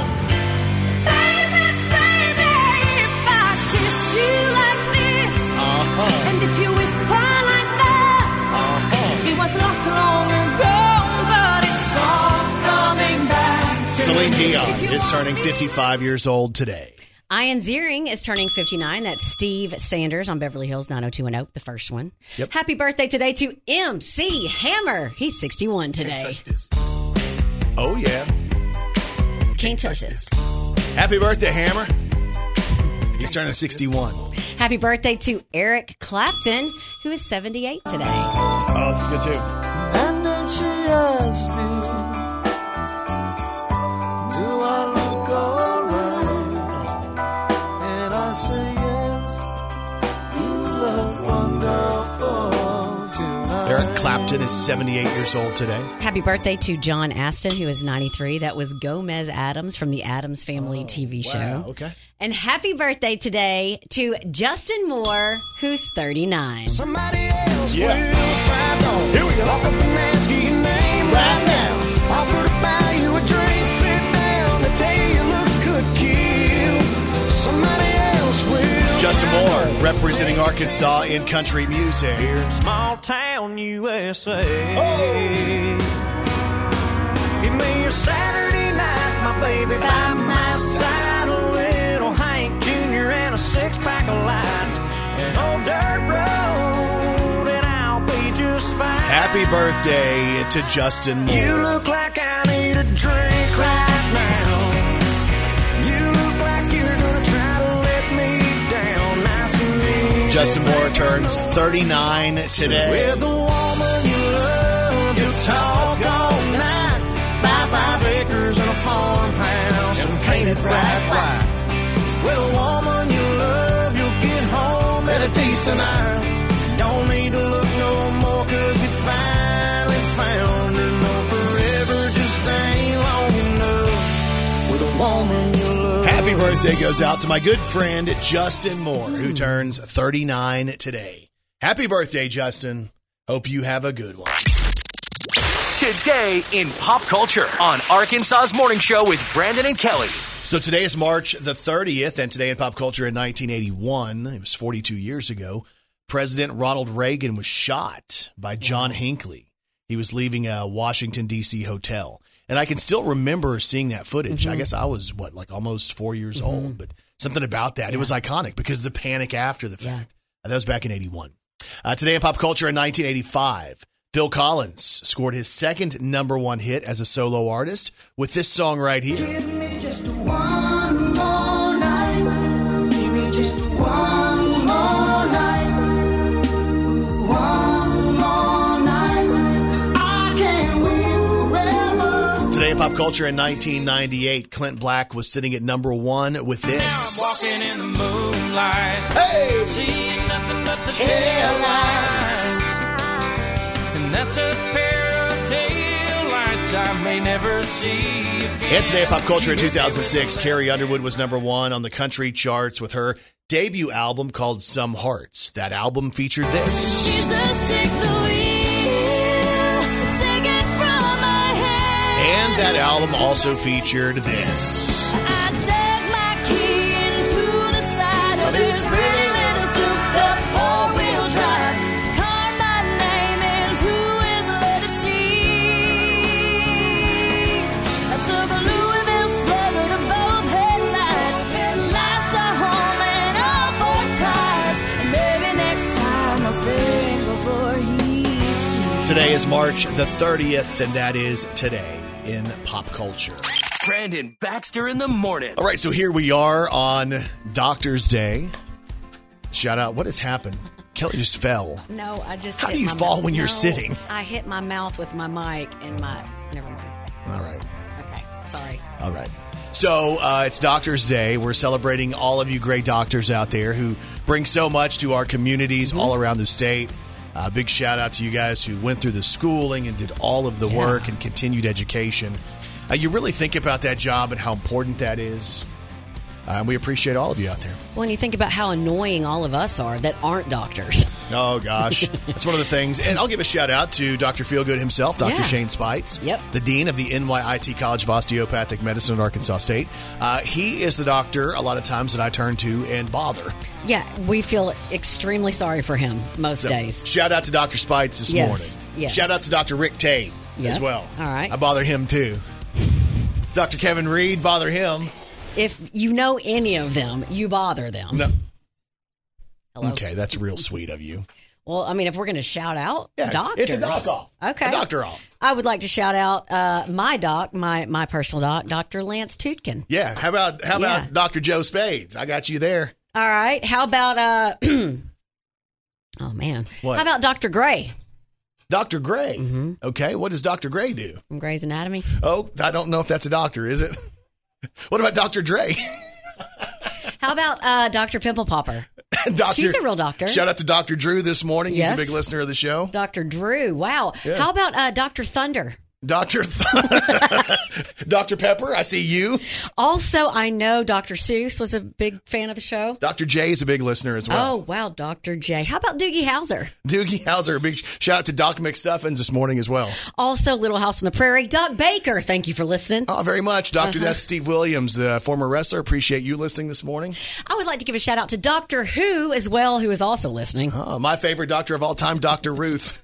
Speaker 6: Baby, baby, if I kiss you like this,
Speaker 2: Uh-huh.
Speaker 6: and if you whisper like that,
Speaker 2: Uh-huh.
Speaker 6: it was lost long ago, but it's all coming back to
Speaker 2: Celine
Speaker 6: me.
Speaker 2: Dion
Speaker 6: If you
Speaker 2: is
Speaker 6: want
Speaker 2: turning
Speaker 6: me-
Speaker 2: 55 years old today.
Speaker 3: Ian Ziering is turning 59. That's Steve Sanders on Beverly Hills 90210, the first one.
Speaker 2: Yep.
Speaker 3: Happy birthday today to MC Hammer. He's 61 today.
Speaker 2: Oh, yeah.
Speaker 3: Can't touch this.
Speaker 2: Happy birthday, Hammer. He's turning 61.
Speaker 3: Happy birthday to Eric Clapton, who is 78 today.
Speaker 2: Oh, this is good too.
Speaker 5: And then she asked me, Do I look alright? And I say, Yes, you look wonderful tonight.
Speaker 2: Eric Clapton is 78 years old today.
Speaker 3: Happy birthday to John Aston, who is 93. That was Gomez Adams from the Adams Family TV show.
Speaker 2: Oh, wow, okay.
Speaker 3: And happy birthday today to Justin Moore, who's 39.
Speaker 5: Somebody else
Speaker 2: Yeah.
Speaker 5: will find out. Here we go. Walk up and ask you your name right now. Offer to buy you a drink. Sit down. The day you looks could kill. Somebody else will.
Speaker 2: Justin
Speaker 5: find out.
Speaker 2: Moore representing Arkansas in country music.
Speaker 5: Small town USA. Give me a Saturday night, my baby by my side. A little Hank Jr. and a six pack of light. An old dirt road, and I'll be just fine.
Speaker 2: Happy birthday to Justin
Speaker 5: You
Speaker 2: Moore.
Speaker 5: look like I need a drink right now. You look like you're gonna try to let me down. Nice and easy.
Speaker 2: Justin Moore turns 39 today.
Speaker 5: With the woman you love, you talk all night. Buy five acres and a farmhouse and paint it bright white. With a woman you love, you'll get home at a decent hour. Don't need to look no more, cause you finally found her. No, forever just ain't long enough. With a woman you love.
Speaker 2: Happy birthday goes out to my good friend Justin Moore, who turns 39 today. Happy birthday, Justin. Hope you have a good one.
Speaker 1: Today in pop culture on Arkansas's Morning Show with Brandon and Kelly.
Speaker 2: So today is March the 30th, and today in pop culture in 1981, it was 42 years ago, President Ronald Reagan was shot by John Hinckley. He was leaving a Washington, D.C. hotel. And I can still remember seeing that footage. I guess I was, what, like almost four years old, but something about that. It was iconic because of the panic after the fact. Uh, That was back in 81. Uh, today in pop culture in 1985, Phil Collins scored his second number one hit as a solo artist with this song right here.
Speaker 5: Give me just one more night. Give me just one more night. One more night. 'Cause I can't win forever.
Speaker 2: Today in pop culture in 1998, Clint Black was sitting at number one with this.
Speaker 5: in the moonlight. Hey! Seeing nothing but the taillights. And that's a pair of taillights I may never see again.
Speaker 2: And today in pop culture in 2006, Carrie Underwood was number one on the country charts with her debut album called Some Hearts. That album featured this.
Speaker 6: Jesus, take the wheel, take it from my hand.
Speaker 2: And that album also featured this.
Speaker 6: I dug my key into the side of this pretty little souped up four wheel drive. Carved my name into his leather seats. I took a Louisville slugger to both headlights. Slashed a home in all four tires. Maybe next time I'll think before he cheats.
Speaker 2: Today is March the 30th, and that is today in pop culture.
Speaker 1: Brandon Baxter in the morning.
Speaker 2: All right, so here we are on Doctor's Day. Shout out, what has happened? Kelly just fell.
Speaker 3: No, I just.
Speaker 2: How
Speaker 3: hit
Speaker 2: do you
Speaker 3: my
Speaker 2: fall
Speaker 3: mouth.
Speaker 2: when you're
Speaker 3: No,
Speaker 2: sitting?
Speaker 3: I hit my mouth with my mic and my. Never mind.
Speaker 2: All right.
Speaker 3: Okay, sorry.
Speaker 2: All right. So uh, it's Doctors Day. We're celebrating all of you great doctors out there who bring so much to our communities all around the state. Uh, big shout out to you guys who went through the schooling and did all of the work and continued education. Uh, you really think about that job and how important that is. Uh, and we appreciate all of you out there.
Speaker 3: When you think about how annoying all of us are that aren't doctors.
Speaker 2: Oh
Speaker 3: [laughs]
Speaker 2: gosh, that's one of the things. And I'll give a shout out to Dr. Feelgood himself, Dr.
Speaker 3: Yeah.
Speaker 2: Shane Spites,
Speaker 3: Yep.
Speaker 2: the dean of the NYIT College of Osteopathic Medicine at Arkansas State. Uh, he is the doctor a lot of times that I turn to and bother.
Speaker 3: Yeah, we feel extremely sorry for him most
Speaker 2: So,
Speaker 3: days.
Speaker 2: Shout out to Dr. Spites this
Speaker 3: Yes,
Speaker 2: morning.
Speaker 3: yes.
Speaker 2: Shout out to Dr. Rick Tate
Speaker 3: Yeah.
Speaker 2: as well.
Speaker 3: All right.
Speaker 2: I bother him too. Dr. Kevin Reed, bother him.
Speaker 3: If you know any of them, you bother them.
Speaker 2: No.
Speaker 3: Hello?
Speaker 2: Okay, that's real sweet of you.
Speaker 3: Well, I mean, if we're going to shout out
Speaker 2: Yeah,
Speaker 3: doctors,
Speaker 2: it's a doc off.
Speaker 3: Okay,
Speaker 2: A doctor off.
Speaker 3: I would like to shout out uh, my doc, my my personal doc, Doctor Lance Tutkin.
Speaker 2: Yeah. How about how about
Speaker 3: Yeah.
Speaker 2: Dr. Joe Spades? I got you there.
Speaker 3: All right, how about uh? [clears throat] oh man,
Speaker 2: What?
Speaker 3: how about Doctor Gray
Speaker 2: Dr. Gray.
Speaker 3: Mm-hmm.
Speaker 2: Okay, what does Dr. Gray do?
Speaker 3: from Gray's Anatomy?
Speaker 2: Oh, I don't know if that's a doctor, is it? [laughs] What about Dr. Dre? [laughs]
Speaker 3: How about uh, Doctor Pimple Popper,
Speaker 2: Dr.
Speaker 3: She's a real doctor.
Speaker 2: Shout out to Dr. Drew this morning.
Speaker 3: Yes.
Speaker 2: He's a big listener of the show.
Speaker 3: Doctor Drew? Wow.
Speaker 2: Yeah.
Speaker 3: How about uh, Doctor Thunder?
Speaker 2: Dr. Th- [laughs] Dr. Pepper, I see you.
Speaker 3: Also, I know Dr. Seuss was a big fan of the show.
Speaker 2: Dr. J is a big listener as well.
Speaker 3: Oh wow, Dr. J. How about Doogie Howser?
Speaker 2: Doogie Howser, a big shout out to Doc McStuffins this morning as well.
Speaker 3: Also, Little House on the Prairie. Doc Baker. Thank you for listening.
Speaker 2: Oh, very much. doctor
Speaker 3: Uh-huh.
Speaker 2: Death Steve Williams, the former wrestler. Appreciate you listening this morning.
Speaker 3: I would like to give a shout out to Doctor Who as well, who is also listening.
Speaker 2: Oh, my favorite doctor of all time, Dr. Ruth.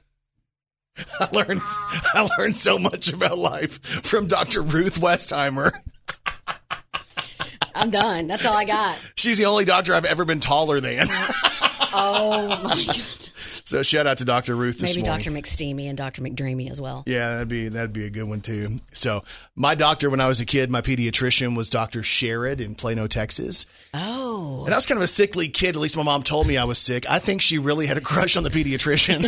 Speaker 2: [laughs] I learned I learned so much about life from Dr. Ruth Westheimer.
Speaker 3: I'm done. That's all I got.
Speaker 2: She's the only doctor I've ever been taller than. [laughs]
Speaker 3: Oh my god.
Speaker 2: so shout out to Dr. Ruth [laughs] this
Speaker 3: Maybe
Speaker 2: morning.
Speaker 3: Doctor McSteamy and Doctor McDreamy as well.
Speaker 2: Yeah, that'd be that'd be a good one too. So my doctor when I was a kid, my pediatrician was Dr. Sherrod in Plano, Texas.
Speaker 3: Oh,
Speaker 2: And I was kind of a sickly kid. At least my mom told me I was sick. I think she really had a crush on the pediatrician.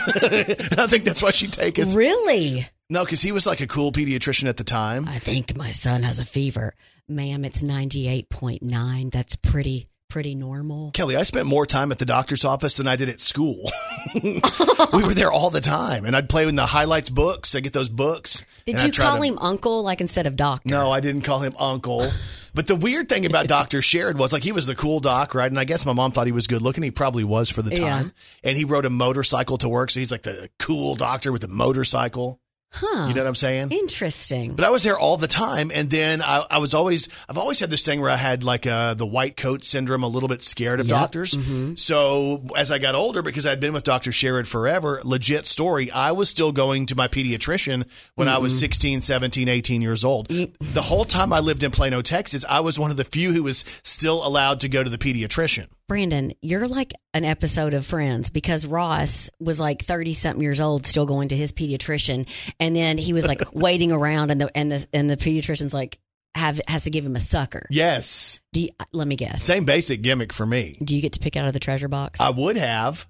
Speaker 2: [laughs] I think that's why she'd take us.
Speaker 3: really?
Speaker 2: No, because he was like a cool pediatrician at the time.
Speaker 3: I think my son has a fever, ma'am. It's ninety eight point nine. That's pretty pretty normal.
Speaker 2: Kelly, I spent more time at the doctor's office than I did at school. [laughs] we were there all the time, and I'd play in the highlights books. I get those books.
Speaker 3: Did
Speaker 2: and I'd
Speaker 3: you
Speaker 2: try
Speaker 3: call
Speaker 2: to-
Speaker 3: him uncle like instead of doctor?
Speaker 2: No, I didn't call him uncle. But the weird thing
Speaker 3: [laughs]
Speaker 2: about Dr. Sherrod was like he was the cool doc, right? And I guess my mom thought he was good looking. He probably was for the
Speaker 3: Yeah.
Speaker 2: time. And he rode a motorcycle to work. So he's like the cool doctor with the motorcycle.
Speaker 3: Huh.
Speaker 2: You know what I'm saying?
Speaker 3: Interesting.
Speaker 2: But I was there all the time, and then I, I was always I've always had this thing where I had like uh, the white coat syndrome, a little bit scared of
Speaker 3: Yep.
Speaker 2: doctors. So as I got older, because I'd been with Doctor Sherrod forever, legit story, I was still going to my pediatrician when I was 16, 17, 18 years old. The whole time I lived in Plano, Texas, I was one of the few who was still allowed to go to the pediatrician.
Speaker 3: Brandon, you're like an episode of Friends because Ross was like 30 something years old, still going to his pediatrician. And then he
Speaker 2: [laughs]
Speaker 3: was like waiting around and the, and the, and the pediatrician's like, have, has to give him a sucker.
Speaker 2: Yes,
Speaker 3: Do you, uh, let me guess.
Speaker 2: same basic gimmick for me.
Speaker 3: Do you get to pick out of the treasure box?
Speaker 2: I would have.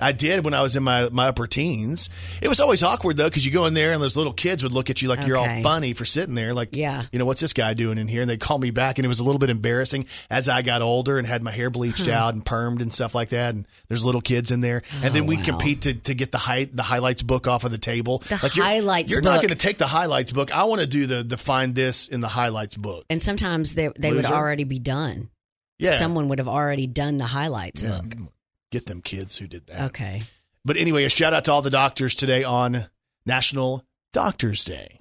Speaker 2: I did when I was in my, my upper teens. It was always awkward though because you go in there and those little kids would look at you like you're all
Speaker 3: Okay.
Speaker 2: funny for sitting there, like
Speaker 3: Yeah.
Speaker 2: you know what's this guy doing in here? And they call me back, and it was a little bit embarrassing as I got older and had my hair bleached out and permed and stuff like that. And there's little kids in there, and then
Speaker 3: Oh,
Speaker 2: we
Speaker 3: wow.
Speaker 2: compete to, to get the hi- the highlights book off of the table.
Speaker 3: The
Speaker 2: you're,
Speaker 3: highlights
Speaker 2: You're not
Speaker 3: book.
Speaker 2: going to take the highlights book. I want to do the the find this in the highlights book.
Speaker 3: and sometimes they, they would
Speaker 2: Loser.
Speaker 3: already be done.
Speaker 2: Yeah,
Speaker 3: Someone would have already done the highlights
Speaker 2: Yeah.
Speaker 3: book.
Speaker 2: Get them kids who did that.
Speaker 3: Okay.
Speaker 2: But anyway, a shout out to all the doctors today on National Doctors Day.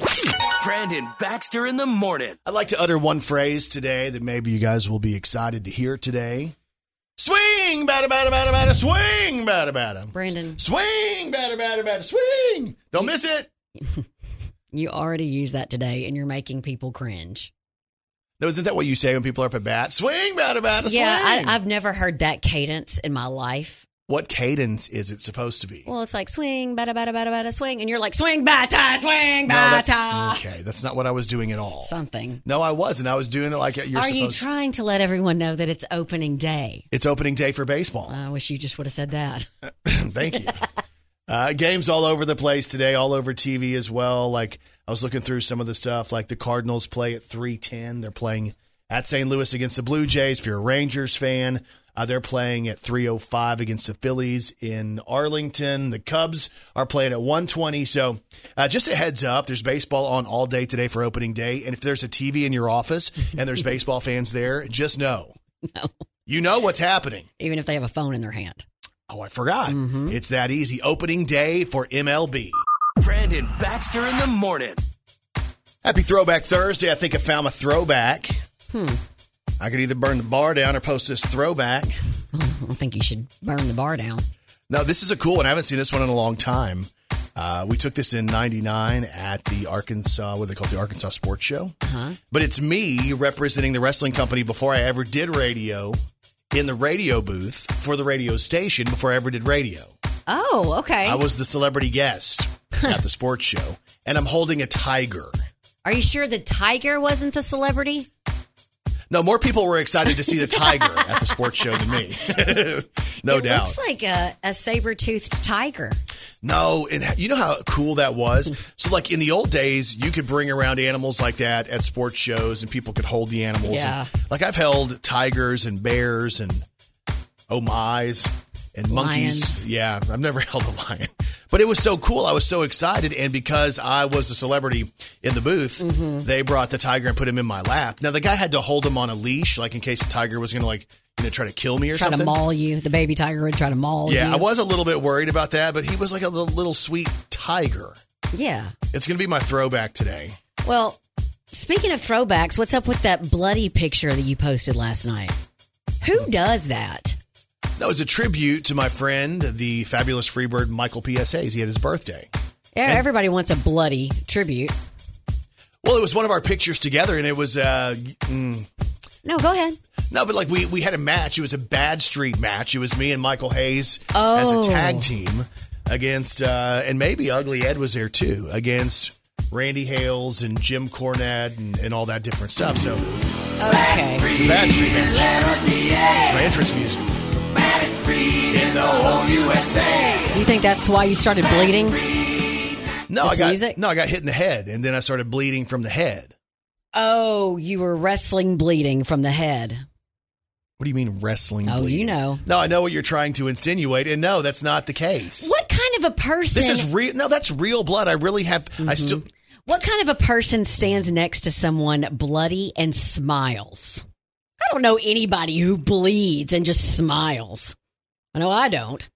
Speaker 1: Brandon Baxter in the morning.
Speaker 2: I'd like to utter one phrase today that maybe you guys will be excited to hear today. Swing, batter, batter, batter, batter, swing, batter, batter.
Speaker 3: Brandon.
Speaker 2: Swing, batter, batter, batter, swing. Don't miss it.
Speaker 3: You already used that today, and you're making people cringe.
Speaker 2: No, isn't that what you say when people are up at bat? Swing, batter, batter,
Speaker 3: yeah,
Speaker 2: swing.
Speaker 3: I, I've never heard that cadence in my life.
Speaker 2: what cadence is it supposed to be?
Speaker 3: Well, it's like swing, bada, bada, bada, bada, swing. And you're like, swing, bata, swing,
Speaker 2: no, that's,
Speaker 3: bata.
Speaker 2: okay, that's not what I was doing at all.
Speaker 3: Something.
Speaker 2: No, I wasn't. I was doing it like you're
Speaker 3: Are
Speaker 2: supposed
Speaker 3: you trying to let everyone know that it's opening day?
Speaker 2: It's opening day for baseball.
Speaker 3: I wish you just would have said that. [laughs]
Speaker 2: [laughs] Thank you. Uh, games all over the place today, all over TV as well. Like I was looking through some of the stuff. Like the Cardinals play at three ten. They're playing at St. Louis against the Blue Jays. If you're a Rangers fan, uh, they're playing at three oh five against the Phillies in Arlington. The Cubs are playing at one twenty. So uh, just a heads up, there's baseball on all day today for opening day. And if there's a TV in your office and there's baseball fans there, just know, you know what's happening.
Speaker 3: Even if they have a phone in their hand.
Speaker 2: Oh, I forgot. It's that easy. Opening day for MLB.
Speaker 1: Brandon Baxter in the morning.
Speaker 2: Happy Throwback Thursday. I think I found my throwback. I could either burn the bar down or post this throwback.
Speaker 3: I don't think you should burn the bar down.
Speaker 2: Now, this is a cool one. I haven't seen this one in a long time. Uh, we took this in 99 at the Arkansas, what do they call it, the Arkansas Sports Show. But it's me representing the wrestling company before I ever did radio in the radio booth for the radio station before I ever did radio.
Speaker 3: Oh, okay.
Speaker 2: I was the celebrity
Speaker 3: [laughs]
Speaker 2: guest at the sports show, and I'm holding a tiger.
Speaker 3: Are you sure the tiger wasn't the celebrity?
Speaker 2: No, more people were excited to see the tiger at the sports show than me. [laughs] no
Speaker 3: it
Speaker 2: doubt.
Speaker 3: looks like a, a saber toothed tiger.
Speaker 2: no, and you know how cool that
Speaker 3: Hmm.
Speaker 2: was? So, like in the old days, you could bring around animals like that at sports shows and people could hold the animals.
Speaker 3: Yeah.
Speaker 2: And, like I've held tigers and bears and oh my's and monkeys.
Speaker 3: Lions.
Speaker 2: Yeah, I've never [laughs] held a lion. But it was so cool. I was so excited. And because I was a celebrity in the booth,
Speaker 3: Mm-hmm.
Speaker 2: they brought the tiger and put him in my lap. Now, the guy had to hold him on a leash, like in case the tiger was going to, like, you know, try to kill me or
Speaker 3: Try
Speaker 2: something.
Speaker 3: to maul you. The baby tiger would try to maul you.
Speaker 2: Yeah, I was a little bit worried about that, but he was like a little, little sweet tiger.
Speaker 3: Yeah.
Speaker 2: It's going to be my throwback today.
Speaker 3: Well, speaking of throwbacks, what's up with that bloody picture that you posted last night? Who does that?
Speaker 2: That was a tribute to my friend, the fabulous Freebird Michael PSAs. He had his birthday.
Speaker 3: E- Everybody wants a bloody tribute.
Speaker 2: Well, it was one of our pictures together, and it was uh,
Speaker 3: No, go ahead.
Speaker 2: No, but like we we had a match. It was a bad street match. It was me and Michael Hayes as a
Speaker 3: Oh.
Speaker 2: tag team against, uh, and maybe Ugly Ed was there too against Randy Hales and Jim Cornette and, and all that different stuff. So
Speaker 3: Okay.
Speaker 2: it's a bad street match. It's my entrance music.
Speaker 3: Do you think that's why you started bleeding?
Speaker 2: No, I
Speaker 3: This
Speaker 2: got
Speaker 3: music?
Speaker 2: no, I got hit in the head, and then I started bleeding from the head.
Speaker 3: Oh, you were wrestling bleeding from the head.
Speaker 2: What do you mean wrestling?
Speaker 3: Oh, you
Speaker 2: bleeding?
Speaker 3: know.
Speaker 2: No, I know what you're trying to insinuate, and no, that's not the case.
Speaker 3: What kind of a person?
Speaker 2: This is real. No, that's real blood. I really have.
Speaker 3: Mm-hmm.
Speaker 2: I still.
Speaker 3: What kind of a person stands next to someone bloody and smiles? I don't know anybody who bleeds and just smiles. I know I don't.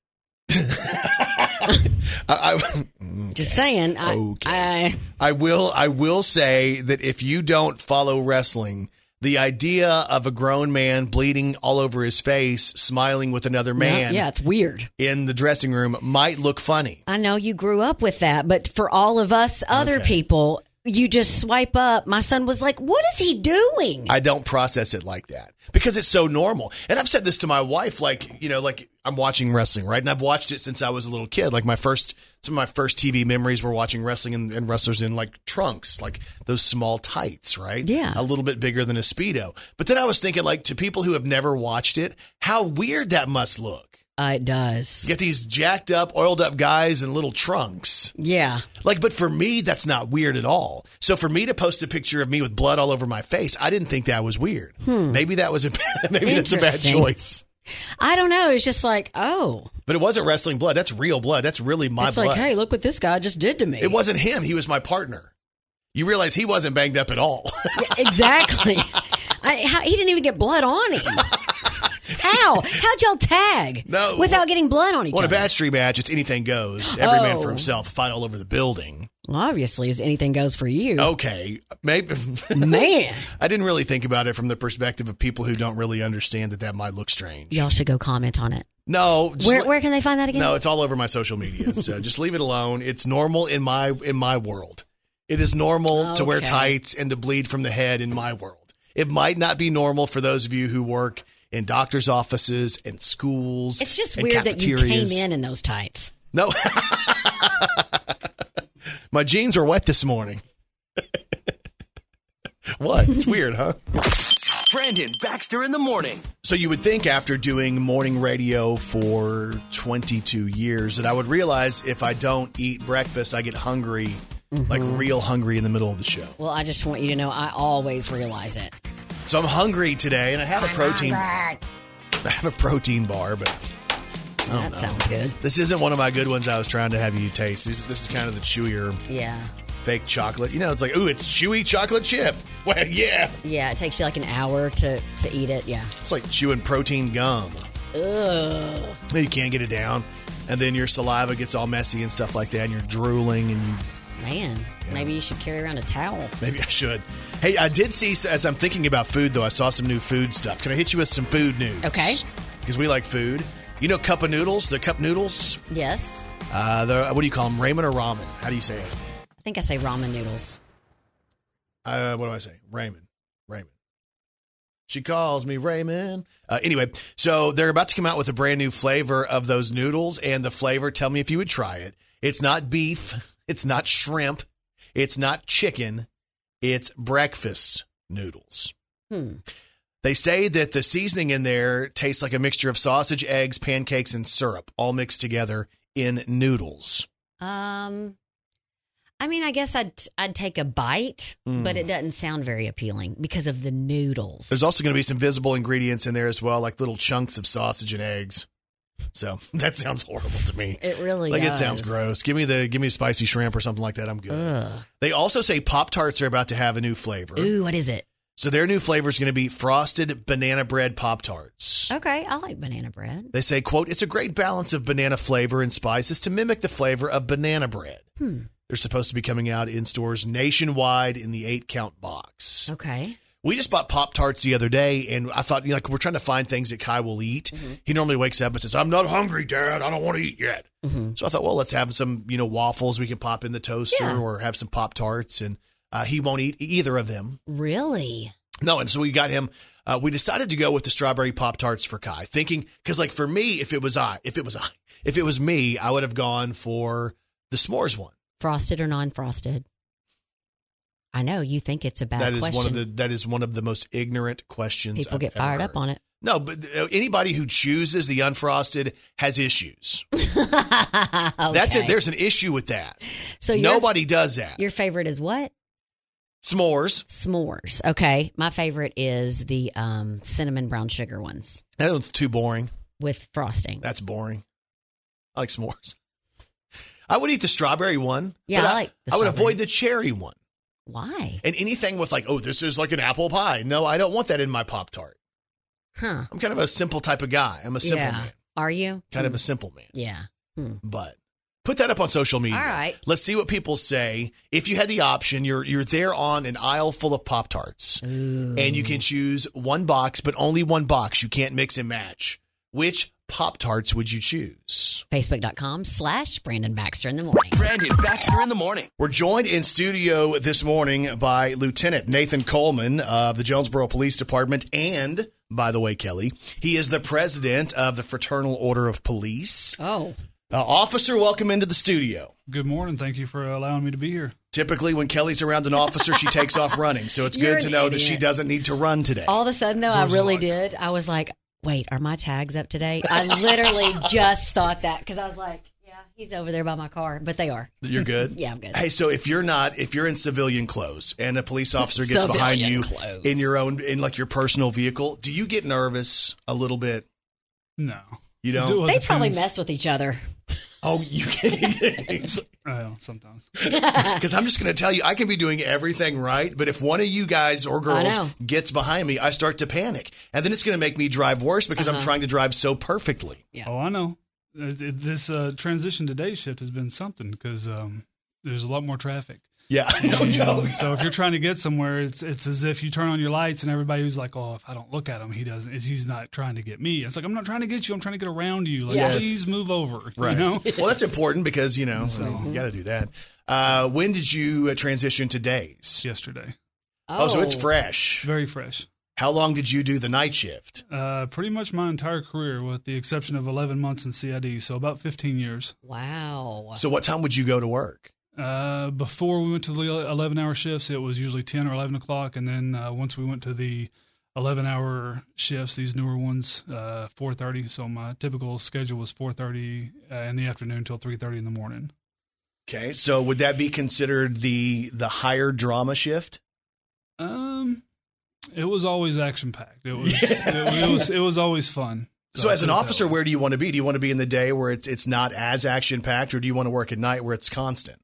Speaker 2: I, I, [laughs]
Speaker 3: Just saying. I,
Speaker 2: Okay.
Speaker 3: I,
Speaker 2: I will I will say that if you don't follow wrestling, the idea of a grown man bleeding all over his face, smiling with another man
Speaker 3: yeah, it's weird.
Speaker 2: in the dressing room might look funny.
Speaker 3: I know you grew up with that, but for all of us other people, you just swipe up. My son was like, "What is he doing?"
Speaker 2: I don't process it like that because it's so normal. And I've said this to my wife, like, you know, like I'm watching wrestling, right? And I've watched it since I was a little kid. Like my first, some of my first TV memories were watching wrestling and, and wrestlers in like trunks, like those small tights, right?
Speaker 3: Yeah.
Speaker 2: A little bit bigger than a Speedo. But then I was thinking, like, to people who have never watched it, how weird that must look.
Speaker 3: Uh, it does.
Speaker 2: Get these jacked up, oiled up guys in little trunks.
Speaker 3: Yeah.
Speaker 2: Like, but for me, that's not weird at all. So for me to post a picture of me with blood all over my face, I didn't think that was weird. Maybe that was a [laughs] maybe that's a bad
Speaker 3: Hmm. Interesting.
Speaker 2: choice.
Speaker 3: I don't know. It's just like, oh,
Speaker 2: But it wasn't wrestling blood. That's real blood. That's really my
Speaker 3: it's
Speaker 2: blood.
Speaker 3: like, hey, look what this guy just did to me.
Speaker 2: It wasn't him. He was my partner. You realize he wasn't banged up at all. [laughs]
Speaker 3: Yeah, [laughs] exactly. I, how, he didn't even get blood
Speaker 2: [laughs]
Speaker 3: on him. How? How'd y'all tag?
Speaker 2: No.
Speaker 3: Without getting blood on each
Speaker 2: well, in
Speaker 3: other.
Speaker 2: a bad street match, it's anything goes. Every man
Speaker 3: Oh.
Speaker 2: for himself. Fight all over the building.
Speaker 3: Well, obviously, as anything goes for you.
Speaker 2: Oh. Okay, maybe [laughs]
Speaker 3: Man,
Speaker 2: I didn't really think about it from the perspective of people who don't really understand that that might look strange.
Speaker 3: y'all should go comment on it.
Speaker 2: No, just
Speaker 3: Where,
Speaker 2: li-
Speaker 3: where can they find that again?
Speaker 2: no, it's all over my social media. So just leave it alone. It's normal in my in my world. It is normal to wear
Speaker 3: Okay.
Speaker 2: tights and to bleed from the head in my world. It might not be normal for those of you who work in doctors' offices and schools.
Speaker 3: It's just
Speaker 2: and
Speaker 3: weird that you came
Speaker 2: cafeterias.
Speaker 3: in in those tights.
Speaker 2: No, [laughs] my jeans are wet this morning. [laughs] what? It's weird, huh?
Speaker 1: Brandon Baxter in the morning.
Speaker 2: So you would think after doing morning radio for 22 years that I would realize if I don't eat breakfast, I get hungry, like real hungry in the middle of the show.
Speaker 3: Well, I just want you to know I always realize it.
Speaker 2: So I'm hungry today, and I have a protein. [laughs] I have a protein bar, but
Speaker 3: That sounds good.
Speaker 2: this isn't one of my good ones. I was trying to have you taste. This, this is kind of the chewier
Speaker 3: Yeah.
Speaker 2: fake chocolate. You know, it's like ooh, it's chewy chocolate chip. [laughs] Well, yeah,
Speaker 3: Yeah, it takes you like an hour to, to eat it. Yeah.
Speaker 2: it's like chewing protein gum.
Speaker 3: Ugh.
Speaker 2: You can't get it down, and then your saliva gets all messy and stuff like that, and you're drooling, and you
Speaker 3: Man, maybe you should carry around a towel.
Speaker 2: Maybe I should. Hey, I did see as I'm thinking about food though. I saw some new food stuff. Can I hit you with some food news?
Speaker 3: Okay.
Speaker 2: Because we like food. You know, cup of noodles. The cup noodles.
Speaker 3: Yes.
Speaker 2: Uh, the what do you call them? Ramen or ramen? How do you say it?
Speaker 3: I think I say ramen noodles.
Speaker 2: Uh, what do I say? Ramen. Ramen. She calls me Raymond. Uh, anyway, so they're about to come out with a brand new flavor of those noodles, and the flavor. Tell me if you would try it. It's not beef. It's not shrimp. It's not chicken. It's breakfast noodles.
Speaker 3: Hmm.
Speaker 2: They say that the seasoning in there tastes like a mixture of sausage, eggs, pancakes, and syrup, all mixed together in noodles.
Speaker 3: Um, I mean, I guess I'd I'd take a bite,
Speaker 2: Hmm.
Speaker 3: but it doesn't sound very appealing because of the noodles.
Speaker 2: There's also going to be some visible ingredients in there as well, like little chunks of sausage and eggs. So [laughs] that sounds horrible to me.
Speaker 3: it really
Speaker 2: Like
Speaker 3: does.
Speaker 2: it sounds gross. Give me the give me spicy shrimp or something like that. I'm good.
Speaker 3: Ugh.
Speaker 2: They also say Pop Tarts are about to have a new flavor.
Speaker 3: Ooh, what is it?
Speaker 2: So their new flavor is going to be frosted banana bread Pop Tarts.
Speaker 3: Okay, I like banana bread.
Speaker 2: They say, quote, it's a great balance of banana flavor and spices to mimic the flavor of banana bread.
Speaker 3: Hmm.
Speaker 2: They're supposed to be coming out in stores nationwide in the eight count box.
Speaker 3: Okay.
Speaker 2: We just bought Pop Tarts the other day, and I thought, you know, like, we're trying to find things that Kai will eat.
Speaker 3: Mm-hmm.
Speaker 2: He normally wakes up and says, I'm not hungry, Dad. I don't want to eat yet.
Speaker 3: Mm-hmm.
Speaker 2: So I thought, well, let's have some, you know, waffles we can pop in the toaster
Speaker 3: Yeah.
Speaker 2: or have some Pop Tarts. And uh, he won't eat either of them.
Speaker 3: Really?
Speaker 2: No, and so we got him. Uh, we decided to go with the strawberry pop tarts for Kai, thinking because like for me, if it was I, if it was I, if it was me, I would have gone for the s'mores one.
Speaker 3: Frosted or non-frosted? I know you think it's a bad
Speaker 2: that is
Speaker 3: question.
Speaker 2: one of the that is one of the most ignorant questions.
Speaker 3: People
Speaker 2: I've
Speaker 3: get
Speaker 2: ever
Speaker 3: fired up
Speaker 2: heard.
Speaker 3: on it. [laughs]
Speaker 2: No, but uh, anybody who chooses the unfrosted has issues. That's it.
Speaker 3: Okay.
Speaker 2: There's an issue with that.
Speaker 3: so your-
Speaker 2: Nobody does that.
Speaker 3: Your favorite is what?
Speaker 2: S'mores.
Speaker 3: S'mores. Okay, my favorite is the um, cinnamon brown sugar ones
Speaker 2: That one's too boring.
Speaker 3: with frosting.
Speaker 2: That's boring. I like s'mores. I would eat the strawberry one.
Speaker 3: Yeah,
Speaker 2: but
Speaker 3: I like the
Speaker 2: I would
Speaker 3: strawberry.
Speaker 2: avoid the cherry one.
Speaker 3: Why?
Speaker 2: And anything with like, oh, this is like an apple pie. No, I don't want that in my Pop Tart.
Speaker 3: Huh?
Speaker 2: I'm kind of a simple type of guy. I'm a simple
Speaker 3: yeah.
Speaker 2: man.
Speaker 3: Are you?
Speaker 2: Kind of a simple man.
Speaker 3: Yeah. Hmm.
Speaker 2: But put that up on social media.
Speaker 3: All right.
Speaker 2: Let's see what people say. If you had the option, you're you're there on an aisle full of Pop Tarts. And you can choose one box, but only one box. You can't mix and match. Which Pop Tarts would you choose?
Speaker 3: Facebook.com slash Brandon Baxter in the morning.
Speaker 1: Brandon Baxter in the morning.
Speaker 2: We're joined in studio this morning by Lieutenant Nathan Coleman of the Jonesboro Police Department. And by the way, Kelly, he is the president of the Fraternal Order of Police.
Speaker 3: Oh,
Speaker 2: Uh, officer, welcome into the studio.
Speaker 10: Good morning. Thank you for allowing me to be here.
Speaker 2: Typically, when Kelly's around an officer, she takes off running. So it's
Speaker 3: [laughs] You're
Speaker 2: good to
Speaker 3: an
Speaker 2: know that she
Speaker 3: idiot.
Speaker 2: doesn't need to run today.
Speaker 3: all of a sudden though, I
Speaker 10: Doors are
Speaker 3: really
Speaker 10: locked.
Speaker 3: did. I was like, wait, are my tags up to date? I literally just thought that because I was like, yeah, he's over there by my car, but they are.
Speaker 2: You're good?
Speaker 3: [laughs] Yeah, I'm good.
Speaker 2: Hey, so if you're not, if you're in civilian clothes and a police officer gets behind
Speaker 3: Civilian
Speaker 2: you
Speaker 3: clothes.
Speaker 2: in your own, in like your personal vehicle, do you get nervous a little bit?
Speaker 10: No.
Speaker 2: You don't?
Speaker 10: Well, it
Speaker 3: they probably
Speaker 10: depends.
Speaker 3: mess with each other.
Speaker 2: Oh, you
Speaker 3: [laughs]
Speaker 2: kidding?
Speaker 10: Well, sometimes.
Speaker 2: Because I'm just going to tell you, I can be doing everything right, but if one of you guys or girls
Speaker 3: know.
Speaker 2: gets behind me, I start to panic, and then it's going to make me drive worse because
Speaker 3: Uh-huh.
Speaker 2: I'm trying to drive so perfectly.
Speaker 10: Oh, I know. Uh, th- This uh, transition to day shift has been something because um, there's a lot more traffic.
Speaker 2: Oh, Yeah, [laughs] no
Speaker 10: And
Speaker 2: joke.
Speaker 10: So if you're trying to get somewhere, it's it's as if you turn on your lights and everybody was like, "Oh, if I don't look at him, he doesn't. It's, he's not trying to get me." It's like I'm not trying to get you. I'm trying to get around you. Like,
Speaker 2: Yes.
Speaker 10: please move over.
Speaker 2: Right.
Speaker 10: You know?
Speaker 2: Well, that's important because you know you got to do that. Uh, when did you uh, transition to days?
Speaker 10: Yesterday.
Speaker 2: Oh. so it's fresh.
Speaker 10: Very fresh.
Speaker 2: How long did you do the night shift?
Speaker 10: Uh, pretty much my entire career, with the exception of 11 months in CID, so about 15 years.
Speaker 3: Wow.
Speaker 2: So what time would you go to work?
Speaker 10: Uh, before we went to the 11 hour shifts, it was usually 10 or 11 o'clock. And then uh, once we went to the 11 hour shifts, these newer ones, uh, 4.30. So my typical schedule was 4.30 uh, in the afternoon till 3.30 in the morning.
Speaker 2: Okay, so would that be considered the the higher drama shift?
Speaker 10: Um, it was always action packed. It was, it, was, it was always fun.
Speaker 2: So
Speaker 10: I
Speaker 2: as an
Speaker 10: put it that
Speaker 2: officer,
Speaker 10: way.
Speaker 2: where do you want to be? Do you want to be in the day where it's it's not as action packed, or do you want to work at night where it's constant?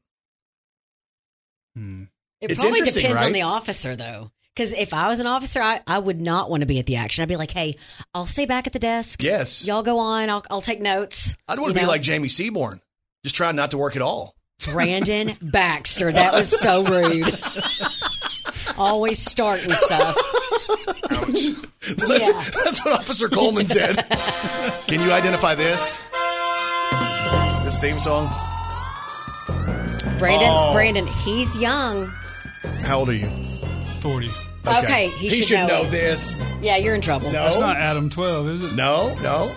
Speaker 10: Hmm.
Speaker 3: It
Speaker 2: It's
Speaker 3: probably
Speaker 2: interesting,
Speaker 3: depends
Speaker 2: right?
Speaker 3: on the officer, though. Because if I was an officer, I, I would not want to be at the action. I'd be like, hey, I'll stay back at the desk.
Speaker 2: Yes,
Speaker 3: Y'all go on. I'll, I'll take notes.
Speaker 2: I'd want to
Speaker 3: You
Speaker 2: be
Speaker 3: know?
Speaker 2: like [laughs] Jamie Seaborn, just trying not to work at all. [laughs]
Speaker 3: Brandon Baxter. That was
Speaker 2: [laughs]
Speaker 3: so rude. Always starting stuff.
Speaker 2: That's,
Speaker 3: Yeah.
Speaker 2: that's what Officer Coleman
Speaker 3: [laughs]
Speaker 2: said. Can you identify this? This theme song.
Speaker 3: Brandon,
Speaker 2: Oh.
Speaker 3: Brandon, he's young.
Speaker 2: How old are you?
Speaker 10: 40.
Speaker 3: Okay, he, should, know, it.
Speaker 2: this.
Speaker 3: Yeah, you're in trouble.
Speaker 2: No,
Speaker 10: That's not Adam 12, is it?
Speaker 2: no, no.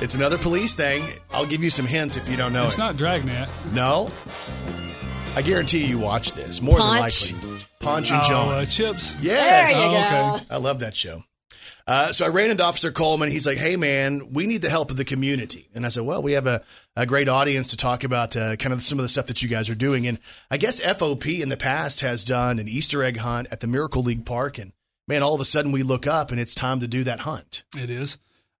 Speaker 2: It's another police thing. I'll give you some hints if you don't know
Speaker 10: It's
Speaker 2: it.
Speaker 10: not Dragnet.
Speaker 2: no, I guarantee you watch this more
Speaker 3: Punch.
Speaker 2: than likely. Punch
Speaker 10: Oh,
Speaker 2: and John.
Speaker 10: uh, Chips.
Speaker 3: There
Speaker 2: yes.
Speaker 3: you
Speaker 10: Oh,
Speaker 3: go.
Speaker 10: okay.
Speaker 2: I love that show. Uh, so I ran into Officer Coleman. He's like, "Hey, man, we need the help of the community." And I said, "Well, we have a, a great audience to talk about uh, kind of some of the stuff that you guys are doing." And I guess FOP in the past has done an Easter egg hunt at the Miracle League Park, and man, all of a sudden we look up and it's time to do that hunt.
Speaker 10: It is.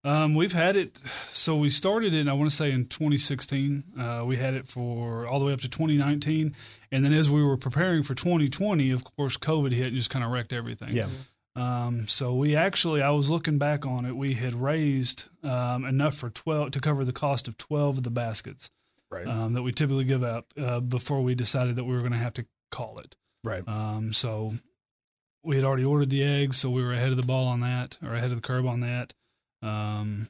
Speaker 10: Um, we've had it. So we started it, I want to say in 2016. Uh, we had it for all the way up to 2019. And then as we were preparing for 2020, of course, COVID hit and just kind of wrecked everything. Um, so we actually, I was looking back on it, we had raised um, enough for 12 to cover the cost of 12 of the baskets
Speaker 2: right,
Speaker 10: um, that we typically give out uh, before we decided that we were going to have to call it.
Speaker 2: right.
Speaker 10: Um, so we had already ordered the eggs, so we were ahead of the ball on that, or ahead of the curb on that. Um,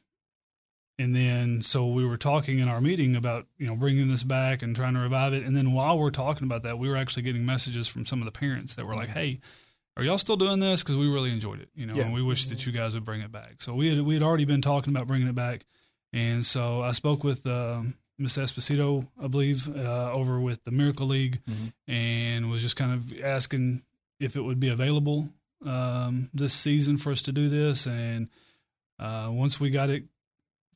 Speaker 10: and then so we were talking in our meeting about you know bringing this back and trying to revive it. And then while we're talking about that, we were actually getting messages from some of the parents that were like, "Hey." Are y'all still doing this? Because we really enjoyed it, you know,
Speaker 2: Yeah.
Speaker 10: and we wish that you guys would bring it back. So we had we had already been talking about bringing it back, and so I spoke with uh, Miss Esposito, I believe, uh, over with the Miracle League, and was just kind of asking if it would be available um, this season for us to do this. And uh, once we got it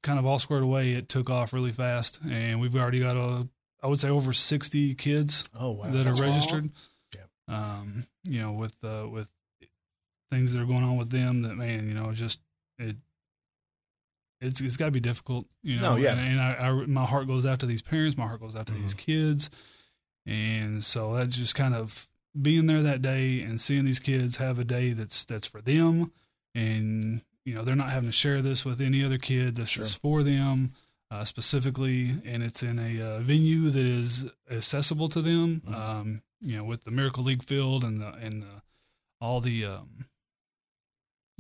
Speaker 10: kind of all squared away, it took off really fast, and we've already got a I would say over sixty kids
Speaker 2: Oh wow,
Speaker 10: that
Speaker 2: That's
Speaker 10: are
Speaker 2: cool.
Speaker 10: registered. Um, you know, with uh, with things that are going on with them, that man, you know, just it. It's, it's got to be difficult, you know.
Speaker 2: No, yeah. Mm-hmm.
Speaker 10: And, and I, I, my heart goes out to these parents. My heart goes out to these kids, and so that's just kind of being there that day and seeing these kids have a day that's that's for them, and you know they're not having to share this with any other kid. This
Speaker 2: Sure.
Speaker 10: is for them uh, specifically, and it's in a uh, venue that is accessible to them.
Speaker 2: Mm-hmm.
Speaker 10: Um, you know, with the Miracle League field and the and the, all the um,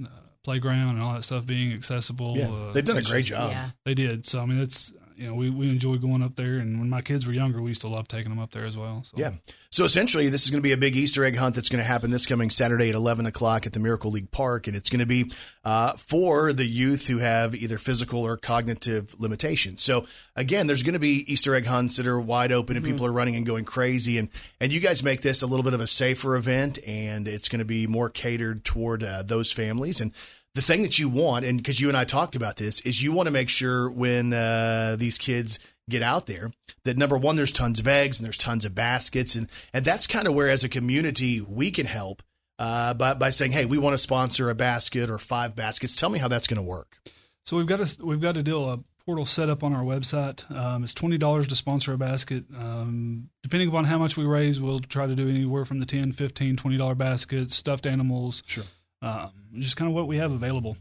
Speaker 10: uh, playground and all that stuff being accessible.
Speaker 2: Yeah,
Speaker 10: Uh,
Speaker 2: they've done a
Speaker 10: it's
Speaker 2: great
Speaker 10: just-
Speaker 2: job.
Speaker 3: Yeah.
Speaker 10: They did. So I mean, it's you know we we enjoy going up there, and when my kids were younger, we used to love taking them up there as well. So.
Speaker 2: Yeah. So essentially, this is going to be a big Easter egg hunt that's going to happen this coming Saturday at 11 o'clock at the Miracle League Park. And it's going to be uh, for the youth who have either physical or cognitive limitations. So, again, there's going to be Easter egg hunts that are wide open and people are running and going crazy. And, and you guys make this a little bit of a safer event and it's going to be more catered toward uh, those families. And the thing that you want, and because you and I talked about this, is you want to make sure when uh, these kids get out there that number one, there's tons of eggs and there's tons of baskets, and and that's kind of where as a community we can help uh, by by saying, hey, we want to sponsor a basket or five baskets. Tell me how that's going to work.
Speaker 10: So we've got a we've got a deal a portal set up on our website. Um, it's twenty dollars to sponsor a basket. Um, depending upon how much we raise, we'll try to do anywhere from the 10 15 twenty dollar baskets, stuffed animals,
Speaker 2: Sure.
Speaker 10: um, just kind of what we have available.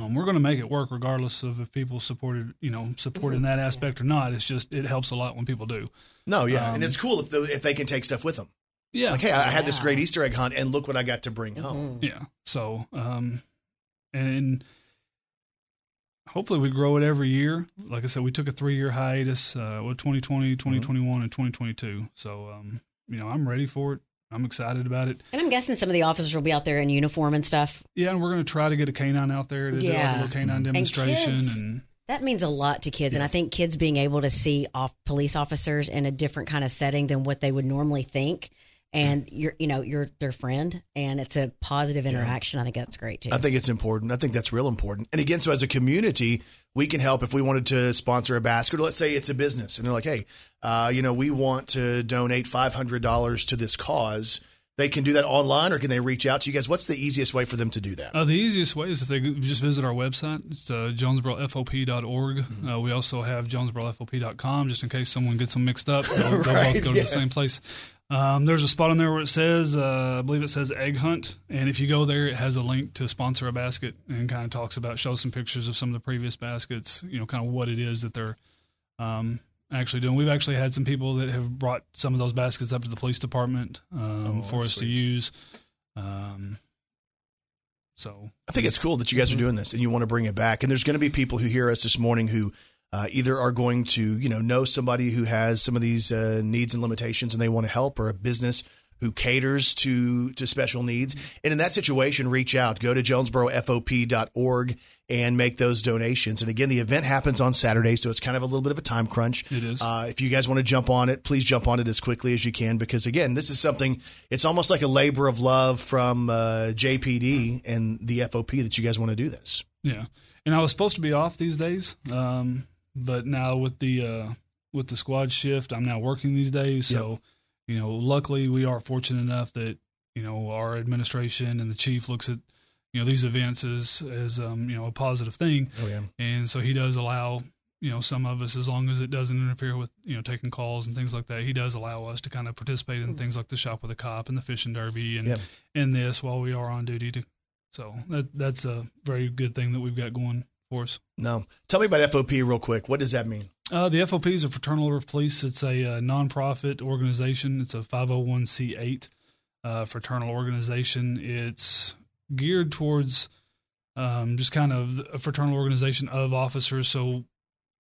Speaker 10: um, we're going to make it work regardless of if people supported, you know, supporting that aspect or not. It's just it helps a lot when people do.
Speaker 2: No, yeah,
Speaker 10: Um,
Speaker 2: and it's cool if, the, if they can take stuff with them.
Speaker 10: Yeah.
Speaker 2: like hey, I I had this
Speaker 3: Yeah.
Speaker 2: great Easter egg hunt, and look what I got to bring home.
Speaker 10: Yeah. So, um, and hopefully we grow it every year. Like I said, we took a three year hiatus, uh, with 2020, 2021 and 2022. So, um, you know, I'm ready for it. I'm excited about it.
Speaker 3: And I'm guessing some of the officers will be out there in uniform and stuff.
Speaker 10: Yeah. And we're going to try to get a canine out there to do like
Speaker 3: Yeah.
Speaker 10: a little canine demonstration
Speaker 3: kids.
Speaker 10: and
Speaker 3: That means a lot to kids, and I think kids being able to see off police officers in a different kind of setting than what they would normally think, and you're you know you're their friend, and it's a positive interaction. I think that's great too.
Speaker 2: I think it's important. I think that's real important. And again, so as a community, we can help if we wanted to sponsor a basket. Let's say it's a business, and they're like, "Hey, uh, you know, we want to donate five hundred dollars to this cause." They can do that online, or can they reach out to you guys? What's the easiest way for them to do that?
Speaker 10: Uh, the easiest way is if they go- just visit our website. It's uh, jonesborofop.org. Uh, we also have jonesborofop.com just in case someone gets them mixed up. They'll, they'll both go to the same place. Um, there's a spot on there where it says, uh, I believe it says Egg Hunt. And if you go there, it has a link to sponsor a basket and kind of talks about, shows some pictures of some of the previous baskets, you know, kind of what it is that they're um, actually doing. We've actually had some people that have brought some of those baskets up to the police department um, for us to use. Um, so
Speaker 2: I think it's cool that you guys are
Speaker 10: Mm-hmm.
Speaker 2: doing this and you want to bring it back. And there's going to be people who hear us this morning who uh, either are going to, you know, know somebody who has some of these uh, needs and limitations and they want to help, or a business who caters to to special needs. And in that situation, reach out. Go to jonesborofop.org and make those donations. And again, the event happens on Saturday, so it's kind of a little bit of a time crunch.
Speaker 10: It is.
Speaker 2: Uh, if you guys want to jump on it, please jump on it as quickly as you can because, again, this is something, it's almost like a labor of love from uh, JPD and the FOP that you guys want to do this.
Speaker 10: Yeah, and I was supposed to be off these days, um, but now with the uh, with the squad shift, I'm now working these days. So, you know, luckily we are fortunate enough that you know our administration and the chief looks at you know these events as as um, you know a positive thing,
Speaker 2: Oh, yeah.
Speaker 10: and so he does allow you know some of us as long as it doesn't interfere with you know taking calls and things like that. He does allow us to kind of participate in things like the shop with a cop and the fishing derby and
Speaker 2: Yeah.
Speaker 10: and this while we are on duty to so that that's a very good thing that we've got going for us.
Speaker 2: No. Tell me about FOP real quick. What does that mean?
Speaker 10: Uh, the FOP is a fraternal order of police. It's a uh, nonprofit organization. It's a 501c8 uh, fraternal organization. It's geared towards um, just kind of a fraternal organization of officers. So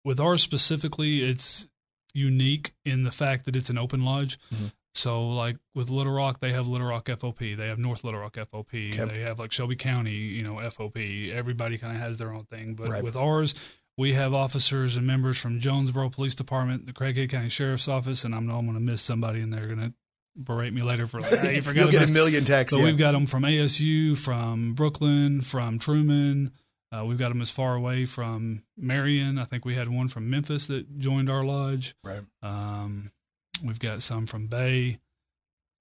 Speaker 10: with ours specifically, it's unique in the fact that it's an open lodge.
Speaker 2: Mm-hmm.
Speaker 10: So like with Little Rock, they have Little Rock FOP. They have North Little Rock FOP.
Speaker 2: Okay.
Speaker 10: They have like Shelby County, you know, FOP. Everybody kind of has their own thing. But
Speaker 2: Right.
Speaker 10: with ours, we have officers and members from Jonesboro Police Department, the Craighead County Sheriff's Office, and I know I'm going to miss somebody, and they're going to berate me later for like,
Speaker 2: [laughs]
Speaker 10: "Ah, you forgot
Speaker 2: You'll get
Speaker 10: about
Speaker 2: a million texts.
Speaker 10: so
Speaker 2: yeah.
Speaker 10: we've got them from ASU, from Brooklyn, from Truman. Uh, we've got them as far away from Marion. I think we had one from Memphis that joined our lodge.
Speaker 2: Right.
Speaker 10: Um, we've got some from Bay.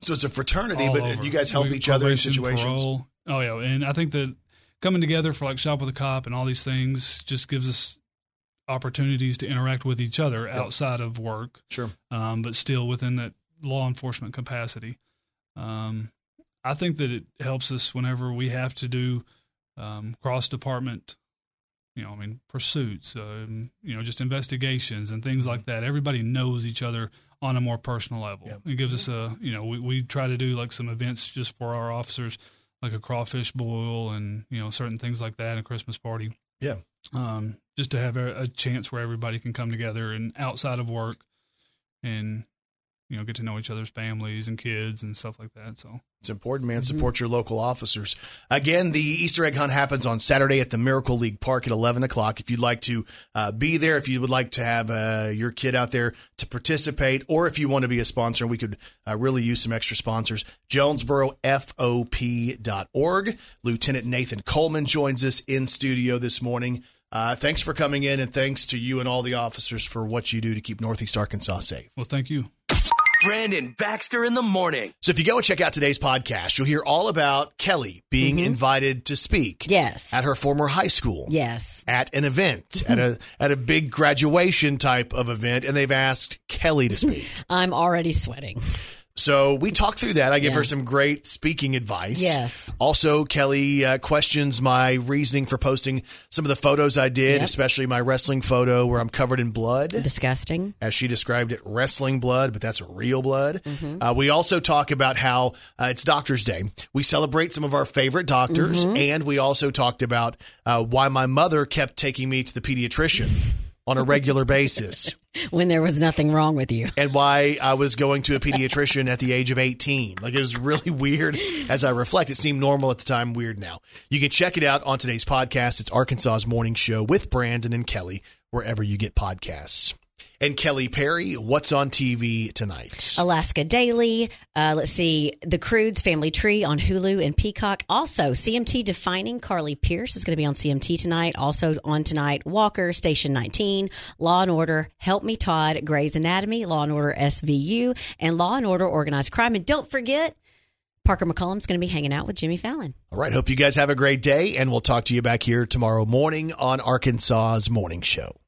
Speaker 2: So it's a fraternity,
Speaker 10: all
Speaker 2: but
Speaker 10: over.
Speaker 2: you guys help
Speaker 10: We-
Speaker 2: each other in
Speaker 10: probation,
Speaker 2: situations.
Speaker 10: parole. Oh yeah, and I think that coming together for like shop with a cop and all these things just gives us opportunities to interact with each other outside of work
Speaker 2: Sure.
Speaker 10: um, but still within that law enforcement capacity. Um, I think that it helps us whenever we have to do um, cross department, you know, I mean, pursuits, um, you know, just investigations and things like that. Everybody knows each other on a more personal level. It gives us a, you know, we, we try to do like some events just for our officers, like a crawfish boil and, you know, certain things like that, and a Christmas party
Speaker 2: Yeah.
Speaker 10: um, just to have a, a chance where everybody can come together and outside of work and you know get to know each other's families and kids and stuff like that so
Speaker 2: It's important, man. Support your local officers. Again, the Easter egg hunt happens on Saturday at the Miracle League Park at 11 o'clock. If you'd like to uh, be there, if you would like to have uh, your kid out there to participate, or if you want to be a sponsor, we could uh, really use some extra sponsors. JonesboroFOP.org. Lieutenant Nathan Coleman joins us in studio this morning. Uh, thanks for coming in, and thanks to you and all the officers for what you do to keep Northeast Arkansas safe.
Speaker 10: well thank you
Speaker 1: Brandon Baxter in the morning.
Speaker 2: So if you go and check out today's podcast, you'll hear all about Kelly being invited to speak.
Speaker 3: Mm-hmm. Yes.
Speaker 2: At her former high school.
Speaker 3: yes, Mm-hmm.
Speaker 2: At an event, at a at a big
Speaker 3: Mm-hmm.
Speaker 2: graduation type of event, and they've asked Kelly to speak.
Speaker 3: I'm already sweating.
Speaker 2: So we talked through that. I give
Speaker 3: Yeah.
Speaker 2: her some great speaking advice.
Speaker 3: Yes.
Speaker 2: Also, Kelly uh, questions my reasoning for posting some of the photos I did,
Speaker 3: Yep.
Speaker 2: especially my wrestling photo where I'm covered in blood
Speaker 3: Disgusting.
Speaker 2: as she described it, wrestling blood, but that's real blood. Uh, we also talk about how uh, it's Doctor's Day. We celebrate some of our favorite doctors, and we also talked about uh, why my mother kept taking me to the pediatrician on a regular basis
Speaker 3: When there was nothing wrong with you.
Speaker 2: and why I was going to a pediatrician at the age of 18. Like it was really [laughs] weird as I reflect. It seemed normal at the time, weird now. You can check it out on today's podcast. It's Arkansas's Morning Show with Brandon and Kelly, wherever you get podcasts. And Kelly Perry, what's on TV tonight?
Speaker 3: Alaska Daily. Uh, let's see, The Crudes Family Tree on Hulu and Peacock. Also, CMT Defining Carly Pierce is going to be on CMT tonight. Also on tonight, Walker Station 19, Law and Order, Help Me Todd, Grey's Anatomy, Law and Order SVU, and Law and Order Organized Crime. And don't forget, Parker McCollum's going to be hanging out with Jimmy Fallon.
Speaker 2: All right. Hope you guys have a great day, and we'll talk to you back here tomorrow morning on Arkansas's Morning Show.